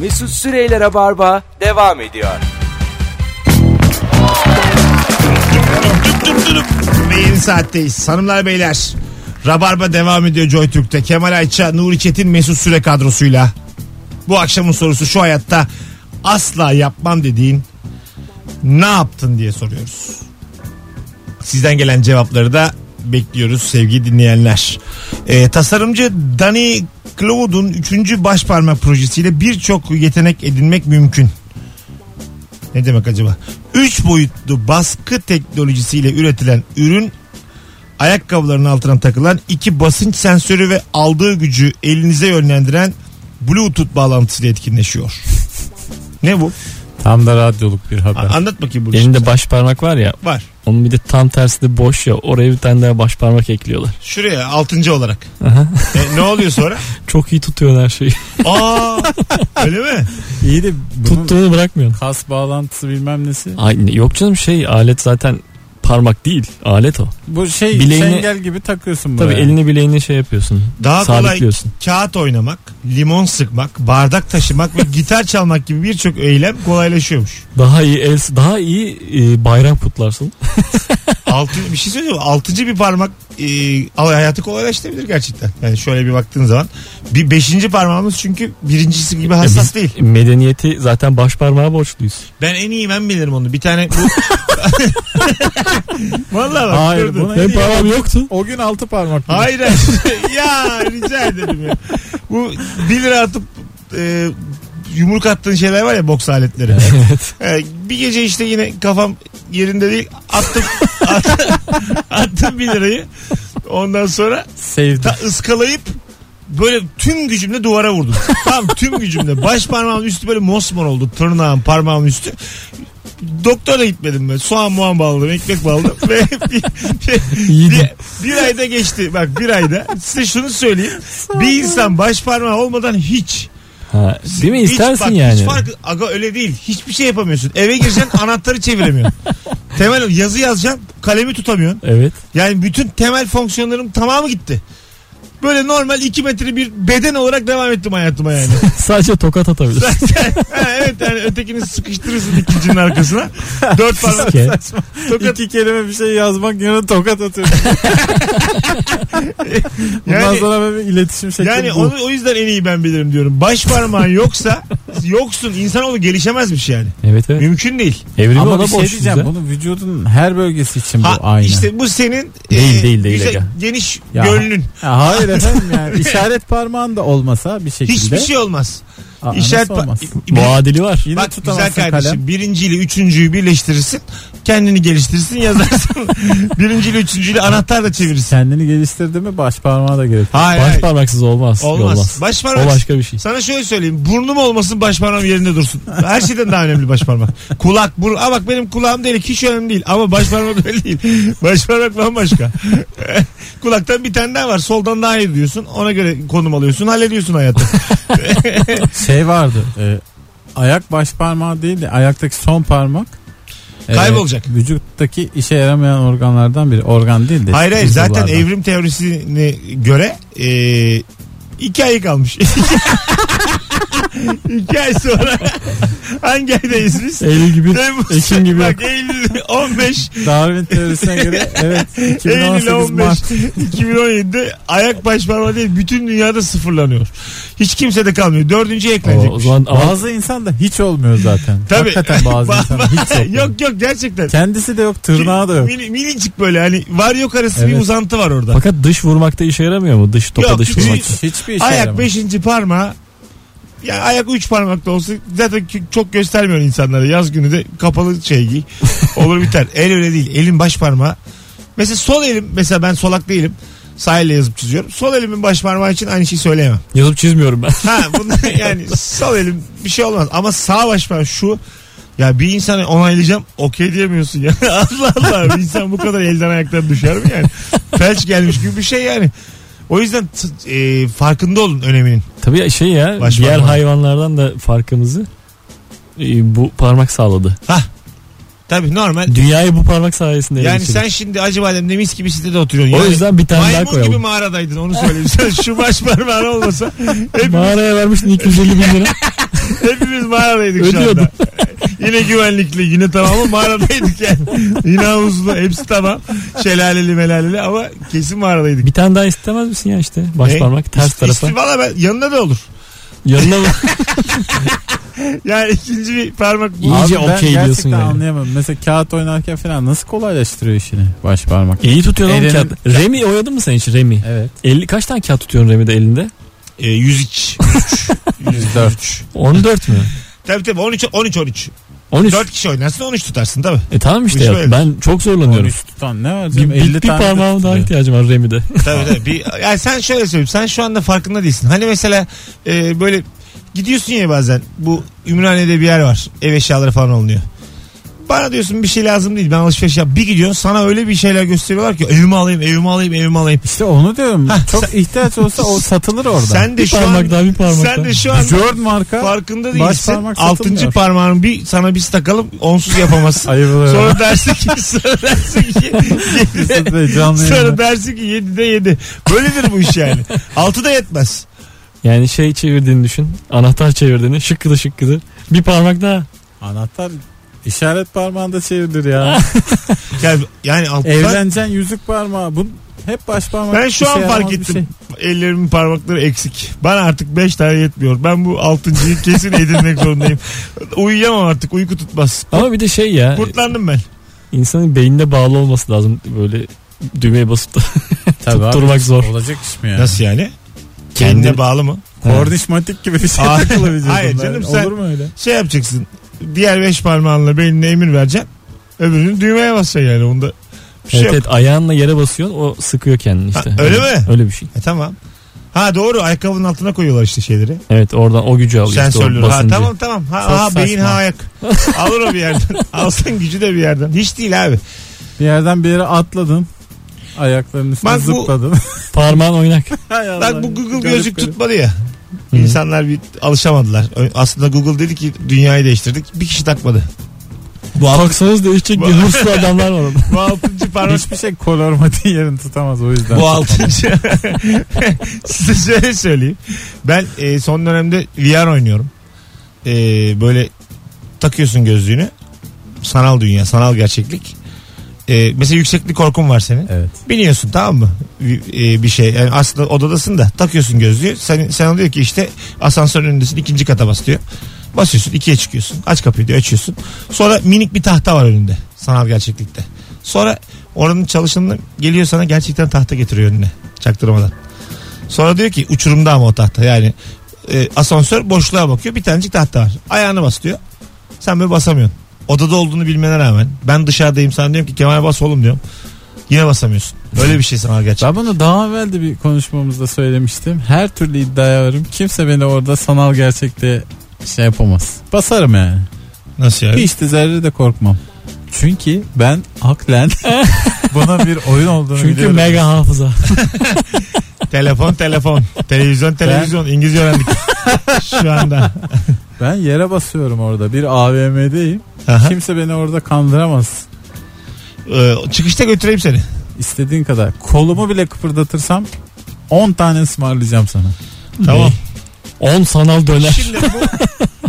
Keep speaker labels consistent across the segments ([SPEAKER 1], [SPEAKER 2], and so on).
[SPEAKER 1] Mesut Süreyler'e barba devam ediyor.
[SPEAKER 2] Dup dup dup. Ve yeni saatteyiz. Hanımlar beyler. Rabarba devam ediyor JoyTürk'te. Kemal Ayça, Nuri Çetin, Mesut Süre kadrosuyla. Bu akşamın sorusu şu hayatta asla yapmam dediğin ne yaptın diye soruyoruz. Sizden gelen cevapları da bekliyoruz sevgili dinleyenler. Ee, tasarımcı Dani Claude'un 3. başparmak projesiyle birçok yetenek edinmek mümkün. Ne demek acaba? 3 boyutlu baskı teknolojisiyle üretilen ürün ayakkabıların altına takılan iki basınç sensörü ve aldığı gücü elinize yönlendiren Bluetooth bağlantısıyla etkinleşiyor. Ne bu?
[SPEAKER 3] Tam da radyoluk bir
[SPEAKER 2] A-
[SPEAKER 3] haber.
[SPEAKER 2] Anlat bakayım bunu.
[SPEAKER 3] Elinde baş parmak var ya
[SPEAKER 2] Var.
[SPEAKER 3] onun bir de tam tersi de boş ya oraya bir tane daha baş parmak ekliyorlar.
[SPEAKER 2] Şuraya altıncı olarak. E, ne oluyor sonra?
[SPEAKER 3] Çok iyi tutuyor her şeyi.
[SPEAKER 2] Aa, öyle mi?
[SPEAKER 4] İyi de bunun
[SPEAKER 3] Tuttuğunu bırakmıyor.
[SPEAKER 4] kas bağlantısı bilmem nesi.
[SPEAKER 3] Ay, yok canım şey alet zaten parmak değil alet o.
[SPEAKER 4] Bu şey
[SPEAKER 3] Bileğini-
[SPEAKER 4] çengel gibi takıyorsun buraya.
[SPEAKER 3] Tabii elini bileğini şey yapıyorsun.
[SPEAKER 2] Daha kolay
[SPEAKER 3] sabitliyorsun.
[SPEAKER 2] kağıt oynamak, limon sıkmak, bardak taşımak ve gitar çalmak gibi birçok eylem kolaylaşıyormuş.
[SPEAKER 3] Daha iyi el, daha iyi e, bayrak putlarsın.
[SPEAKER 2] Altı, bir şey söyleyeyim mi? Altıncı bir parmak e, hayatı kolaylaştırabilir gerçekten. Yani şöyle bir baktığın zaman. Bir beşinci parmağımız çünkü birincisi gibi
[SPEAKER 3] Ya
[SPEAKER 2] hassas
[SPEAKER 3] biz
[SPEAKER 2] değil.
[SPEAKER 3] Medeniyeti zaten baş parmağa borçluyuz.
[SPEAKER 2] Ben en iyi ben bilirim onu. Bir tane bu... Vallahi bak
[SPEAKER 4] Hayır,
[SPEAKER 2] durdum.
[SPEAKER 4] buna
[SPEAKER 3] Benim parmağım yoktu.
[SPEAKER 4] O gün altı parmak. mı?
[SPEAKER 2] Hayır. ya rica ederim ya. Bu 1 lira atıp e, yumruk attığın şeyler var ya boks aletleri. E, bir gece işte yine kafam yerinde değil. Attım at- attım 1 lirayı. Ondan sonra
[SPEAKER 3] Sevdim.
[SPEAKER 2] ta ıskalayıp böyle tüm gücümle duvara vurdum. Tam tüm gücümle. Baş parmağımın üstü böyle mosmor oldu. Tırnağım parmağımın üstü. Doktora gitmedim ben. Soğan muan bağladım, ekmek bağladım. Ve bir, bir-
[SPEAKER 3] İyiydi.
[SPEAKER 2] bir, bir ayda geçti. Bak bir ayda. Size şunu söyleyeyim. Bir insan baş parmağı olmadan hiç.
[SPEAKER 3] Ha, değil mi
[SPEAKER 2] hiç
[SPEAKER 3] istersin
[SPEAKER 2] bak,
[SPEAKER 3] yani.
[SPEAKER 2] Hiç farkı, aga öyle değil. Hiçbir şey yapamıyorsun. Eve gireceksin anahtarı çeviremiyorsun. Temel yazı yazacaksın kalemi tutamıyorsun.
[SPEAKER 3] Evet.
[SPEAKER 2] Yani bütün temel fonksiyonlarım tamamı gitti. Böyle normal 2 metre bir beden olarak devam ettim hayatıma yani.
[SPEAKER 3] Sadece tokat atabilir.
[SPEAKER 2] ha, evet yani ötekini sıkıştırırsın ikincinin arkasına. Dört parmak
[SPEAKER 3] Fiske.
[SPEAKER 2] tokat.
[SPEAKER 4] İki kelime bir şey yazmak yerine tokat atıyorsun. Bundan
[SPEAKER 2] Yani-
[SPEAKER 4] sonra böyle bir iletişim şekli
[SPEAKER 2] Yani
[SPEAKER 4] bu.
[SPEAKER 2] onu, o yüzden en iyi ben bilirim diyorum. Baş parmağın yoksa yoksun insanoğlu gelişemezmiş yani.
[SPEAKER 3] evet evet.
[SPEAKER 2] Mümkün değil.
[SPEAKER 3] Evrimi
[SPEAKER 4] Ama
[SPEAKER 3] ona
[SPEAKER 4] bir şey
[SPEAKER 3] borçluyuz
[SPEAKER 4] diyeceğim.
[SPEAKER 3] ya.
[SPEAKER 4] Bunun vücudun her bölgesi için
[SPEAKER 2] Ha,
[SPEAKER 4] bu aynı.
[SPEAKER 2] işte bu senin
[SPEAKER 3] Değil, değil, değil
[SPEAKER 2] güzel,
[SPEAKER 3] Ege.
[SPEAKER 2] geniş
[SPEAKER 4] Ya.
[SPEAKER 2] gönlün.
[SPEAKER 4] Ya hayır efendim yani işaret parmağın da olmasa bir şekilde.
[SPEAKER 2] Hiçbir şey olmaz.
[SPEAKER 4] Aa,
[SPEAKER 2] İşaret
[SPEAKER 4] nasıl
[SPEAKER 2] parmağı.
[SPEAKER 4] olmaz?
[SPEAKER 3] Muadili var.
[SPEAKER 4] Yine
[SPEAKER 2] Bak güzel
[SPEAKER 4] tutamazsın
[SPEAKER 2] kardeşim
[SPEAKER 4] kalem.
[SPEAKER 2] birinciyle üçüncüyü birleştirirsin. Kendini geliştirirsin yazarsın. birinciyle üçüncüyle anahtar da çevirirsin.
[SPEAKER 4] Kendini geliştirdi mi baş parmağı da gerek.
[SPEAKER 2] Hayır
[SPEAKER 3] Baş
[SPEAKER 2] hayır.
[SPEAKER 3] parmaksız olmaz.
[SPEAKER 2] Olmaz.
[SPEAKER 3] Olmaz.
[SPEAKER 2] Baş
[SPEAKER 3] O
[SPEAKER 2] parmak.
[SPEAKER 3] başka bir şey.
[SPEAKER 2] Sana şöyle söyleyeyim. Burnum olmasın baş parmağım yerinde dursun. Her şeyden daha önemli baş parmak. Kulak, burun. Aa bak benim kulağım delik hiç önemli değil. Ama baş parmak öyle değil. Baş parmak bambaşka. Kulaktan bir tane daha var. Soldan daha iyi diyorsun. Ona göre konum alıyorsun. Hallediyorsun hayatı.
[SPEAKER 4] Şey vardı. e, ayak baş parmağı değil de ayaktaki son parmak. e,
[SPEAKER 2] Kaybolacak.
[SPEAKER 4] Vücuttaki işe yaramayan organlardan biri. Organ değil de.
[SPEAKER 2] Hayır hayır zaten
[SPEAKER 4] uzuvlardan.
[SPEAKER 2] evrim teorisine göre e, iki ay kalmış. iki ay sonra hangi aydayız biz?
[SPEAKER 3] Eylül gibi.
[SPEAKER 2] Temmuz.
[SPEAKER 3] Ekim gibi
[SPEAKER 2] Bak Eylül 15,
[SPEAKER 4] Darwin teorisine göre evet.
[SPEAKER 2] Eylül
[SPEAKER 4] 2018
[SPEAKER 2] 15,
[SPEAKER 4] Mart.
[SPEAKER 2] 2017'de ayak baş parmağı değil bütün dünyada sıfırlanıyor. Hiç kimse de kalmıyor. Dördüncü
[SPEAKER 3] O,
[SPEAKER 2] eklenecek.
[SPEAKER 3] o zaman ama
[SPEAKER 4] Bazı insan da hiç olmuyor zaten.
[SPEAKER 2] şey. Tabii.
[SPEAKER 4] Hakikaten bazı insan hiç yok.
[SPEAKER 2] yok yok gerçekten.
[SPEAKER 4] Kendisi de yok, tırnağı da yok.
[SPEAKER 2] Mini, minicik böyle hani var yok arası bir
[SPEAKER 4] Evet.
[SPEAKER 2] uzantı var orada.
[SPEAKER 3] fakat dış vurmakta işe yaramıyor mu? Dış topa
[SPEAKER 2] Yok,
[SPEAKER 3] dış
[SPEAKER 2] hiç-
[SPEAKER 3] vurmak.
[SPEAKER 4] Hiçbir işe
[SPEAKER 2] ayak
[SPEAKER 4] yaramaz.
[SPEAKER 2] beşinci parmağı ya ayak üç parmakta olsa zaten kü- çok göstermiyor insanlara. Yaz günü de kapalı şey giy. Olur biter. El öyle değil. Elin baş parmağı. Mesela sol elim mesela ben solak değilim. Sağ elle yazıp çiziyorum. Sol elimin baş parmağı için aynı şeyi söyleyemem.
[SPEAKER 3] Yazıp çizmiyorum ben.
[SPEAKER 2] Ha bunlar yani sol elim bir şey olmaz. Ama sağ baş parmağı şu ya bir insanı onaylayacağım okey diyemiyorsun ya. Allah Allah bir insan bu kadar elden ayaktan düşer mi yani? Felç gelmiş gibi bir şey yani. O yüzden t- e, farkında olun öneminin.
[SPEAKER 3] Tabii ya şey ya
[SPEAKER 2] Baş
[SPEAKER 3] diğer
[SPEAKER 2] parmağı.
[SPEAKER 3] hayvanlardan da farkımızı e, bu parmak sağladı.
[SPEAKER 2] Tabii normal.
[SPEAKER 3] Dünyayı bu parmak sayesinde ele
[SPEAKER 2] Yani
[SPEAKER 3] geçirdik.
[SPEAKER 2] sen şimdi acaba alemde mis gibi sitede oturuyorsun.
[SPEAKER 3] o
[SPEAKER 2] Yani
[SPEAKER 3] yüzden bir tane daha
[SPEAKER 2] maymun gibi
[SPEAKER 3] koyalım.
[SPEAKER 2] mağaradaydın onu söyleyeyim. Sen şu baş parmağın olmasa hepimiz
[SPEAKER 3] Mağaraya vermiştin 250 bin lira.
[SPEAKER 2] Hepimiz mağaradaydık şu
[SPEAKER 3] Ödüyordum.
[SPEAKER 2] anda. yine güvenlikli yine tamamı mağaradaydık yani. Yine havuzlu hepsi tamam. Şelaleli melaleli ama kesin mağaradaydık. E,
[SPEAKER 3] Bir tane daha istemez misin ya işte? Baş
[SPEAKER 2] Ne?
[SPEAKER 3] parmak ters
[SPEAKER 2] İst-
[SPEAKER 3] tarafa.
[SPEAKER 2] isti- Valla ben yanına da olur.
[SPEAKER 3] Yanına mı?
[SPEAKER 2] Yani ikinci bir parmak bu.
[SPEAKER 3] İyice
[SPEAKER 4] Abi ben
[SPEAKER 3] okey
[SPEAKER 4] gerçekten
[SPEAKER 3] diyorsun yani.
[SPEAKER 4] anlayamadım. Mesela kağıt oynarken falan nasıl kolaylaştırıyor işini baş parmak?
[SPEAKER 3] İyi tutuyorsun oğlum
[SPEAKER 4] Elini-
[SPEAKER 3] kağıt. Remi oynadın mı sen hiç Remi?
[SPEAKER 4] Evet.
[SPEAKER 3] 50 kaç tane kağıt tutuyorsun Remi'de elinde?
[SPEAKER 2] E, 103.
[SPEAKER 4] 104.
[SPEAKER 3] 14 mü?
[SPEAKER 2] tabii tabii 13 13 13.
[SPEAKER 3] 13.
[SPEAKER 2] 4 kişi oynarsın 13 tutarsın tabii.
[SPEAKER 3] E tamam işte
[SPEAKER 2] Üç
[SPEAKER 3] ya.
[SPEAKER 2] böyle.
[SPEAKER 3] Ben çok zorlanıyorum.
[SPEAKER 4] 13 tutan ne var
[SPEAKER 3] Bir,
[SPEAKER 4] canım?
[SPEAKER 3] bir,
[SPEAKER 4] 50
[SPEAKER 3] bir
[SPEAKER 4] tane de
[SPEAKER 3] parmağım daha
[SPEAKER 4] tutuyor.
[SPEAKER 3] ihtiyacım var Remi'de.
[SPEAKER 2] Tabii tabii. Bir, yani sen şöyle söyleyeyim. Sen şu anda farkında değilsin. Hani mesela e, böyle gidiyorsun ya bazen. Bu Ümraniye'de bir yer var. Ev eşyaları falan alınıyor. Bana diyorsun bir şey lazım değil. Ben alışveriş yap. Bir gidiyorsun sana öyle bir şeyler gösteriyorlar ki evimi alayım, evimi alayım, evimi alayım.
[SPEAKER 4] İşte onu diyorum.
[SPEAKER 2] Hah,
[SPEAKER 4] Çok ihtiyaç olsa o satılır orada.
[SPEAKER 2] Sen de
[SPEAKER 3] Bir
[SPEAKER 2] şu
[SPEAKER 3] parmak
[SPEAKER 2] an
[SPEAKER 3] daha bir parmak
[SPEAKER 2] sen
[SPEAKER 3] daha.
[SPEAKER 2] de şu an
[SPEAKER 4] Jord marka
[SPEAKER 2] farkında
[SPEAKER 4] baş
[SPEAKER 2] değilsin.
[SPEAKER 4] parmak
[SPEAKER 2] Altıncı
[SPEAKER 4] satılmıyor.
[SPEAKER 2] parmağın bir sana bir takalım onsuz yapamazsın.
[SPEAKER 4] Ayıp oluyor.
[SPEAKER 2] sonra dersin ki sonra dersin ki
[SPEAKER 4] Mesut Bey canlı
[SPEAKER 2] sonra
[SPEAKER 4] yayında.
[SPEAKER 2] dersin ki 7'de 7. Böyledir bu iş yani. 6 da yetmez.
[SPEAKER 3] Yani şey çevirdiğini düşün. Anahtar çevirdiğini. Şıkkıdı şıkkıdı. Bir parmak daha.
[SPEAKER 4] Anahtar işaret parmağında çevirilir ya.
[SPEAKER 2] Ah, Yani, yani altı
[SPEAKER 4] Evleneceksin yüzük parmağı. Bu hep baş parmak.
[SPEAKER 2] Ben şu
[SPEAKER 4] işe
[SPEAKER 2] an
[SPEAKER 4] yaramaz
[SPEAKER 2] fark
[SPEAKER 4] bir
[SPEAKER 2] ettim.
[SPEAKER 4] şey.
[SPEAKER 2] Ellerimin parmakları eksik. Bana artık 5 tane yetmiyor. Ben bu 6.yı kesin edinmek zorundayım. Uyuyamam artık. Uyku tutmaz.
[SPEAKER 3] Ama bir de şey ya.
[SPEAKER 2] Kurtlandım ben.
[SPEAKER 3] insanın beynine bağlı olması lazım. Böyle düğmeye basıp da
[SPEAKER 4] Tabii abi,
[SPEAKER 3] tutturmak zor.
[SPEAKER 4] Olacak iş mi yani?
[SPEAKER 2] Nasıl yani?
[SPEAKER 3] Kendi-
[SPEAKER 2] Kendine bağlı mı?
[SPEAKER 4] Kornişmatik gibi bir şey
[SPEAKER 2] Aa,
[SPEAKER 4] takılabilecek.
[SPEAKER 2] hayır
[SPEAKER 4] bunlar.
[SPEAKER 2] canım sen-
[SPEAKER 4] Olur mu öyle?
[SPEAKER 2] Şey yapacaksın. Diğer 5 parmağınla beynine emir vereceksin. Öbürünü düğmeye basacaksın yani. Onda bir şey
[SPEAKER 3] evet,
[SPEAKER 2] yok.
[SPEAKER 3] evet ayağınla yere basıyorsun o sıkıyor kendini işte.
[SPEAKER 2] Ha, öyle mi?
[SPEAKER 3] Öyle bir şey.
[SPEAKER 2] E, tamam. Ha doğru ayakkabının altına koyuyorlar işte şeyleri.
[SPEAKER 3] Evet oradan o gücü alıyor işte
[SPEAKER 2] Sensörleri.
[SPEAKER 3] o
[SPEAKER 2] Ha
[SPEAKER 3] basıncı.
[SPEAKER 2] tamam tamam. Ha,
[SPEAKER 4] Çok
[SPEAKER 2] ha beyin
[SPEAKER 4] saçma.
[SPEAKER 2] ha ayak. Alır o bir yerden. Alsın gücü de bir yerden. Hiç değil abi.
[SPEAKER 4] Bir yerden bir yere atladın. Ayaklarının üstüne
[SPEAKER 2] Bak bu-
[SPEAKER 4] zıpladın.
[SPEAKER 3] Parmağın oynak.
[SPEAKER 2] Bak bu Google gözlük
[SPEAKER 4] tutma.
[SPEAKER 2] tutmadı ya. İnsanlar bir alışamadılar. Ö- Aslında Google dedi ki dünyayı değiştirdik. Bir kişi takmadı.
[SPEAKER 3] Bu Baksanız değişecek
[SPEAKER 2] Bu-
[SPEAKER 3] bir hırslı adamlar var orada.
[SPEAKER 2] Bu altıncı parmak.
[SPEAKER 4] Hiçbir şey kolormatik yerini tutamaz o yüzden.
[SPEAKER 2] bu altıncı. Size şöyle söyleyeyim. Ben e, son dönemde VR oynuyorum. E, böyle takıyorsun gözlüğünü. Sanal dünya, sanal gerçeklik. E, mesela yükseklik korkun var senin.
[SPEAKER 4] Evet.
[SPEAKER 2] Biniyorsun tamam mı? Bir- e, bir şey. Yani aslında odadasın da takıyorsun gözlüğü. Sen, sen diyor ki işte asansörün önündesin ikinci kata bas diyor. Basıyorsun ikiye çıkıyorsun. Aç kapıyı diyor açıyorsun. Sonra minik bir tahta var önünde. Sanal gerçeklikte. Sonra oranın çalışanı geliyor sana gerçekten tahta getiriyor önüne. Çaktırmadan. Sonra diyor ki uçurumda ama o tahta. Yani e, asansör boşluğa bakıyor. Bir tanecik tahta var. Ayağını bas diyor. Sen böyle basamıyorsun. Odada olduğunu bilmene rağmen. Ben dışarıdayım sana diyorum ki Kemal bas oğlum diyorum. Yine basamıyorsun. Böyle bir şey sanal gerçeklik.
[SPEAKER 4] Ben bunu daha evvel de bir konuşmamızda söylemiştim. Her türlü iddiaya varım. Kimse beni orada sanal gerçekte şey yapamaz. Basarım yani.
[SPEAKER 2] Nasıl yani?
[SPEAKER 4] Hiç de zerre de korkmam. Çünkü ben aklen buna bir oyun olduğunu
[SPEAKER 3] Çünkü
[SPEAKER 4] biliyorum.
[SPEAKER 3] mega hafıza.
[SPEAKER 2] telefon telefon. televizyon televizyon. İngilizce öğrendik. Şu anda.
[SPEAKER 4] Ben yere basıyorum orada. Bir AVM'deyim.
[SPEAKER 2] Aha.
[SPEAKER 4] Kimse beni orada kandıramaz.
[SPEAKER 2] Ee, çıkışta götüreyim seni.
[SPEAKER 4] İstediğin kadar. Kolumu bile kıpırdatırsam 10 tane ısmarlayacağım sana.
[SPEAKER 2] Tamam.
[SPEAKER 3] 10 sanal döner.
[SPEAKER 2] Şimdi bu